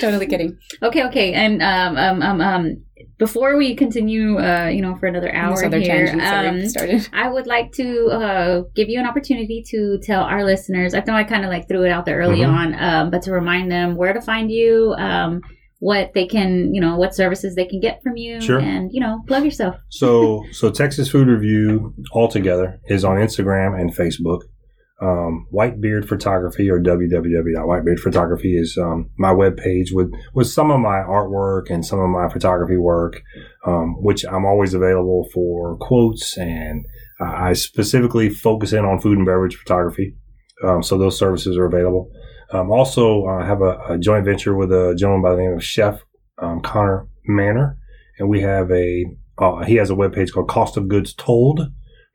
Speaker 1: Totally kidding.
Speaker 2: okay, okay, and um, um, um, um, before we continue, uh, you know, for another hour
Speaker 1: this other
Speaker 2: here,
Speaker 1: tangent that we
Speaker 2: um,
Speaker 1: started.
Speaker 2: I would like to uh, give you an opportunity to tell our listeners. I know I kind of like threw it out there early
Speaker 4: Mhm.
Speaker 2: on, um, but to remind them where to find you, um, what they can, you know, what services they can get from you,
Speaker 4: Sure.
Speaker 2: and you know, plug yourself.
Speaker 4: so so Texas Food Review altogether is on Instagram and Facebook. Um, Whitebeard Photography or www.whitebeard photography is um, my webpage with with some of my artwork and some of my photography work, um, which I'm always available for quotes and uh, I I specifically focus in on food and beverage photography. Um, so those services are available. Um, also, I have a, a joint venture with a gentleman by the name of Chef um, Connor Manor, and we have a uh, he has a webpage called Cost of Goods Told,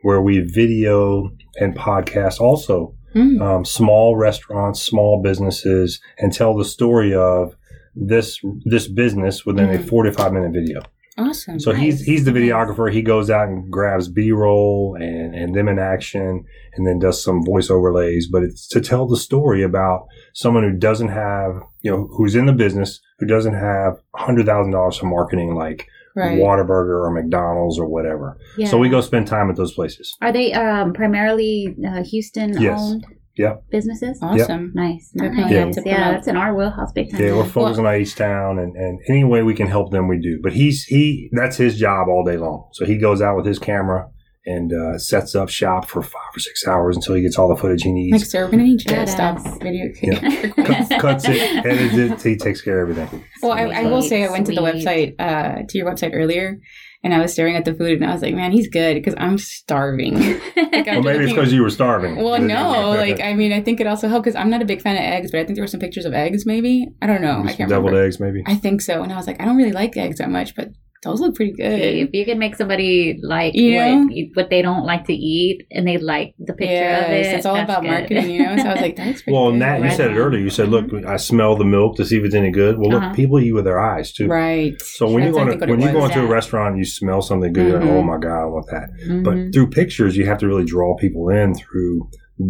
Speaker 4: where we video and podcast also
Speaker 1: Mm.
Speaker 4: um, small restaurants, small businesses, and tell the story of this this business within a
Speaker 1: Mhm.
Speaker 4: 45 minute video.
Speaker 1: Awesome.
Speaker 4: So he's
Speaker 2: Mm-hmm. Nice.
Speaker 4: he's the videographer. He goes out and grabs B roll and and them in action, and then does some voice overlays. But it's to tell the story about someone who doesn't have you know who's in the business who doesn't have hundred thousand dollars for marketing like
Speaker 1: right.
Speaker 4: Whataburger or McDonald's or whatever.
Speaker 2: Yeah.
Speaker 4: So we go spend time at those places.
Speaker 2: Are they um, primarily uh, Houston
Speaker 4: Yes.
Speaker 2: owned
Speaker 4: Yep.
Speaker 2: businesses?
Speaker 1: Awesome.
Speaker 2: Nice, nice.
Speaker 1: Definitely
Speaker 2: Yeah.
Speaker 1: have to promote.
Speaker 2: that's in our wheelhouse big time.
Speaker 4: Yeah, we're focusing on each town and, and any way we can help them, we do. But he's he that's his job all day long. So he goes out with his camera and uh, sets up shop for five or six hours until he gets all the footage he needs.
Speaker 1: Like, sir, we're gonna need you to
Speaker 2: Badass.
Speaker 1: stop video.
Speaker 4: Yeah. cuts, cuts it, edits it, he takes care of everything.
Speaker 1: Well, I, I will
Speaker 2: Sweet,
Speaker 1: say I went to the
Speaker 2: sweet.
Speaker 1: website, uh, to your website earlier, and I was staring at the food, and I was like, "Man, he's good," because I'm starving. Like,
Speaker 4: Well,
Speaker 1: after
Speaker 4: maybe it's
Speaker 1: looking-
Speaker 4: because you were starving.
Speaker 1: Well, no, like I mean, I think it also helped because I'm not a big fan of eggs, but I think there were some pictures of eggs. Maybe I don't know. I
Speaker 4: Maybe some
Speaker 1: can't
Speaker 4: deviled
Speaker 1: remember.
Speaker 4: eggs, maybe.
Speaker 1: I think so, and I was like, I don't really like eggs that much, but Those look pretty good.
Speaker 2: If you can make somebody like
Speaker 1: You know?
Speaker 2: what, e, what they don't like to eat and they like the picture of it,
Speaker 1: Yes, it's all
Speaker 2: that's
Speaker 1: about
Speaker 2: good.
Speaker 1: marketing, you know? So I was like, that's pretty
Speaker 4: Well,
Speaker 1: good.
Speaker 4: and that you
Speaker 2: Right
Speaker 4: said it
Speaker 2: on.
Speaker 4: earlier. You said, "Look, I smell the milk to see if it's any good." Well, look,
Speaker 2: Uh-huh.
Speaker 4: people eat with their eyes too.
Speaker 1: Right.
Speaker 4: So when you
Speaker 1: That's,
Speaker 4: go
Speaker 1: I
Speaker 4: to,
Speaker 1: think, what it
Speaker 4: when you go
Speaker 1: was.
Speaker 4: into a
Speaker 2: Yeah.
Speaker 4: restaurant, you smell something good. You're like,
Speaker 2: Mm-hmm.
Speaker 1: Mhm.
Speaker 4: oh my god, I want that.
Speaker 2: Mhm.
Speaker 4: But through pictures, you have to really draw people in through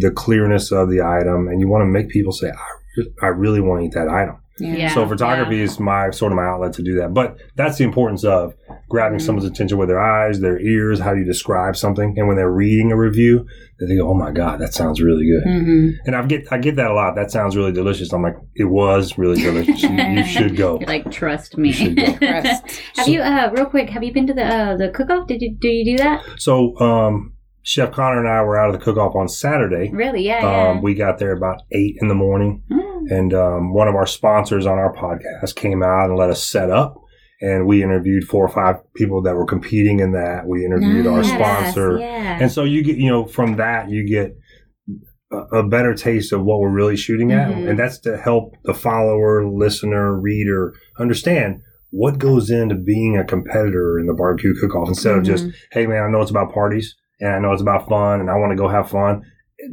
Speaker 4: the clearness of the item, and you want to make people say, "I, re- I really want to eat that item."
Speaker 2: Yeah,
Speaker 4: so photography
Speaker 2: yeah.
Speaker 4: is my sort of my outlet to do that. But that's the importance of grabbing
Speaker 2: Mhm.
Speaker 4: someone's attention with their eyes, their ears, how you describe something, and when they're reading a review, they think, "Oh my god, that sounds really
Speaker 2: Mm-hmm.
Speaker 4: good."
Speaker 1: hmm
Speaker 4: And I get I get that a lot. That sounds really delicious. I'm like, it was really delicious. you, you should go.
Speaker 2: You're like, trust me.
Speaker 4: You should go.
Speaker 1: Crust.
Speaker 2: have
Speaker 4: So-
Speaker 2: you, uh, real quick, have you been to the uh, the cook off? Did you do you do that?
Speaker 4: So, um, Chef Connor and I were out of the cook off on Saturday.
Speaker 2: Really? Mm, Yeah.
Speaker 4: Um, we got there about eight in the morning,
Speaker 2: yeah. Mm.
Speaker 4: and um, one of our sponsors on our podcast came out and let us set up. And we interviewed four or five people that were competing in that. We interviewed our
Speaker 1: Nice.
Speaker 4: sponsor,
Speaker 2: Yes, yeah.
Speaker 4: and so you get you know from that you get a, a better taste of what we're really shooting at,
Speaker 1: Mhm.
Speaker 4: and that's to help the follower, listener, reader understand what goes into being a competitor in the barbecue cook-off instead of just hey man, I know it's about parties and I know it's about fun and I want to go have fun.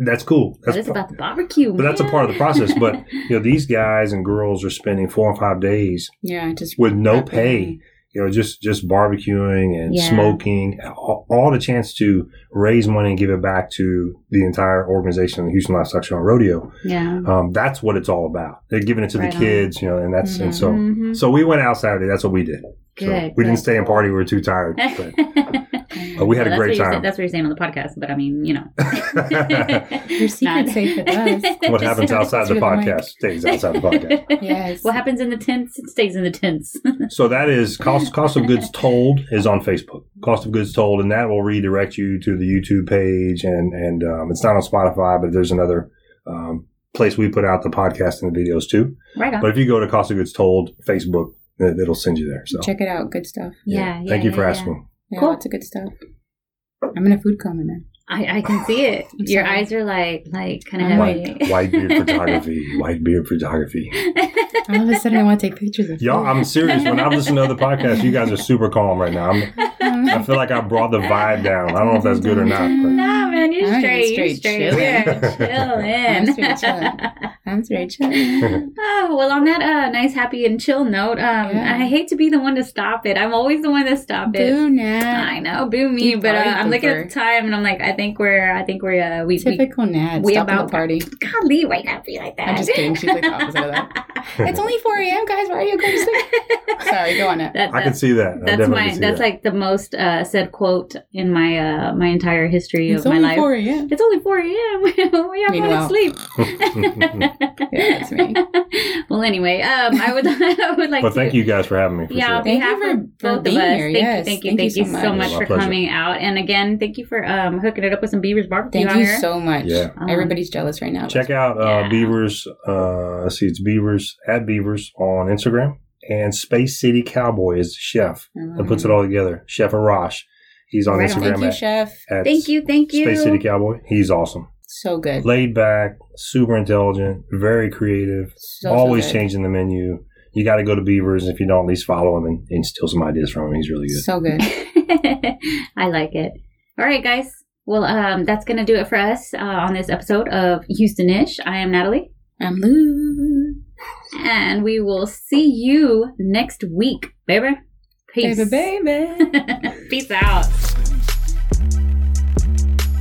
Speaker 4: That's cool.
Speaker 2: But
Speaker 4: That's
Speaker 2: it's about the barbecue.
Speaker 4: but that's a
Speaker 2: man.
Speaker 4: part of the process. But you know, these guys and girls are spending four or five days
Speaker 1: Yeah, just
Speaker 4: with no
Speaker 1: Not
Speaker 4: pay.
Speaker 1: really.
Speaker 4: You know, just just barbecuing and
Speaker 2: Yeah.
Speaker 4: smoking, all, all the chance to raise money and give it back to the entire organization of the Houston Livestock Show and Rodeo.
Speaker 2: yeah.
Speaker 4: Um, that's what it's all about. They're giving it to
Speaker 2: Right
Speaker 4: the
Speaker 2: on.
Speaker 4: kids, you know, and that's and so.
Speaker 2: Mhm.
Speaker 4: So we went out Saturday. That's what we did. So
Speaker 2: Good,
Speaker 4: we didn't
Speaker 2: good.
Speaker 4: stay and party. We were too tired. But but we had
Speaker 2: So
Speaker 4: a
Speaker 2: that's
Speaker 4: great
Speaker 2: what you're
Speaker 4: time.
Speaker 2: saying- that's what you're saying on the podcast, but I mean, you know.
Speaker 1: Your secret's
Speaker 2: Not-
Speaker 1: safe with us.
Speaker 4: what
Speaker 2: Just-
Speaker 4: happens outside the
Speaker 1: through the mic.
Speaker 4: podcast stays outside the podcast.
Speaker 1: Yes.
Speaker 2: What happens in the tents stays in the tents.
Speaker 4: So that is cost cost of goods told is on Facebook. Cost of goods told, and that will redirect you to the YouTube page, and and um, it's not on Spotify, but there's another um, place we put out the podcast and the videos too.
Speaker 2: right on.
Speaker 4: But if you go to cost of goods told Facebook, it, it'll send you there. So
Speaker 1: Check it out. Good stuff.
Speaker 2: yeah, yeah.
Speaker 4: Thank you
Speaker 2: yeah,
Speaker 4: for
Speaker 2: yeah.
Speaker 4: asking.
Speaker 1: Yeah,
Speaker 2: Cool.
Speaker 1: lots of good stuff. I'm in a food coma now.
Speaker 2: I, I can see it.
Speaker 1: I'm
Speaker 2: Your
Speaker 1: sorry.
Speaker 2: eyes are like like kind of
Speaker 1: I'm
Speaker 2: heavy.
Speaker 4: White white beard photography, white beard photography.
Speaker 1: All of a sudden, I want to take pictures of
Speaker 4: Y'all, I'm serious. When I listen to other podcasts, you guys are super calm right now. I'm, I feel like I brought the vibe down. I don't know if that's good or not.
Speaker 2: Nah, man, you're
Speaker 1: I'm
Speaker 2: straight. You're
Speaker 1: straight
Speaker 2: straight. We are
Speaker 1: I'm straight
Speaker 2: chilling.
Speaker 1: chilling. That's Rachel.
Speaker 2: oh, well, on that uh, nice, happy, and chill note, um,
Speaker 1: Yeah.
Speaker 2: I hate to be the one to stop it. I'm always the one to stop it.
Speaker 1: Do
Speaker 2: I
Speaker 1: not.
Speaker 2: know, boo me,
Speaker 1: You
Speaker 2: but uh,
Speaker 1: party
Speaker 2: I'm looking at
Speaker 1: pooper.
Speaker 2: the time and I'm like, I think we're, I think we're, uh, we, we
Speaker 1: Typical Nat.
Speaker 2: we
Speaker 1: Stop
Speaker 2: about-
Speaker 1: the party.
Speaker 2: golly, why you gotta be like that?
Speaker 1: I'm just kidding. She's like the opposite of that. It's only 4 a.m., guys. Why are you going to sleep? Sorry, go on it.
Speaker 2: That-
Speaker 4: I can
Speaker 2: that-
Speaker 4: see that. I
Speaker 2: That's
Speaker 4: definitely
Speaker 2: my.
Speaker 4: can see
Speaker 2: That's
Speaker 4: that.
Speaker 2: like the most uh, said quote in my uh, my entire history
Speaker 1: It's
Speaker 2: of my
Speaker 1: only
Speaker 2: life.
Speaker 1: 4 a.m.
Speaker 2: It's only four a.m. we are going to
Speaker 1: Meanwhile.
Speaker 2: sleep.
Speaker 4: Mm.
Speaker 1: Yeah, that's me.
Speaker 2: well, anyway, um, I would I would like
Speaker 4: But
Speaker 2: to.
Speaker 4: thank you guys for having me. For
Speaker 2: Yeah, on
Speaker 4: sure.
Speaker 1: Thank
Speaker 2: behalf
Speaker 1: you for-
Speaker 2: of
Speaker 1: for
Speaker 2: both of
Speaker 1: being
Speaker 2: us,
Speaker 1: here.
Speaker 2: thank,
Speaker 1: Yes,
Speaker 2: you, thank you, thank you so much
Speaker 4: My
Speaker 2: for
Speaker 4: pleasure.
Speaker 2: coming out, and again, thank you for um, hooking it up with some Beavers barbecue.
Speaker 1: Thank
Speaker 2: out
Speaker 1: you
Speaker 2: here.
Speaker 1: so much.
Speaker 4: Yeah.
Speaker 2: Um,
Speaker 1: Everybody's jealous right now.
Speaker 4: Check out uh,
Speaker 2: Yeah.
Speaker 4: Beavers. Uh, let's see, it's Beavers at Beavers on Instagram, and Space City Cowboy is the chef that puts it all together. Chef Arash, he's on
Speaker 2: Right on.
Speaker 4: Instagram
Speaker 1: Thank you,
Speaker 4: at,
Speaker 1: Chef.
Speaker 4: at
Speaker 2: Thank you, thank you.
Speaker 4: Space City Cowboy. He's awesome,
Speaker 1: So good.
Speaker 4: laid back, super intelligent, very creative,
Speaker 1: So, so
Speaker 4: always
Speaker 1: good.
Speaker 4: changing the menu. You got to go to Beavers if you don't. At least follow him and, and steal some ideas from him. He's really good.
Speaker 1: So good.
Speaker 2: I like it. All right, guys. Well, um, that's gonna do it for us uh, on this episode of Houstonish. I am Natalie,
Speaker 1: I'm Lou.
Speaker 2: and we will see you next week, baby. Peace,
Speaker 1: Baby, baby.
Speaker 2: Peace out.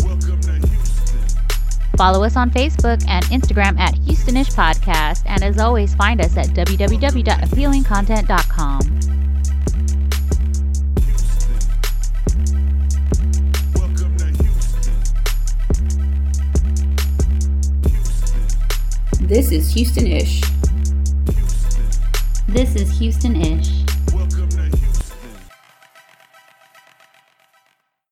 Speaker 3: Welcome to Houston.
Speaker 5: Follow us on Facebook and Instagram at Houstonish Podcast, and as always, find us at www.appealingcontent.com.
Speaker 3: Houston. Welcome to Houston.
Speaker 6: This is Houston Ish.
Speaker 5: This is Houstonish.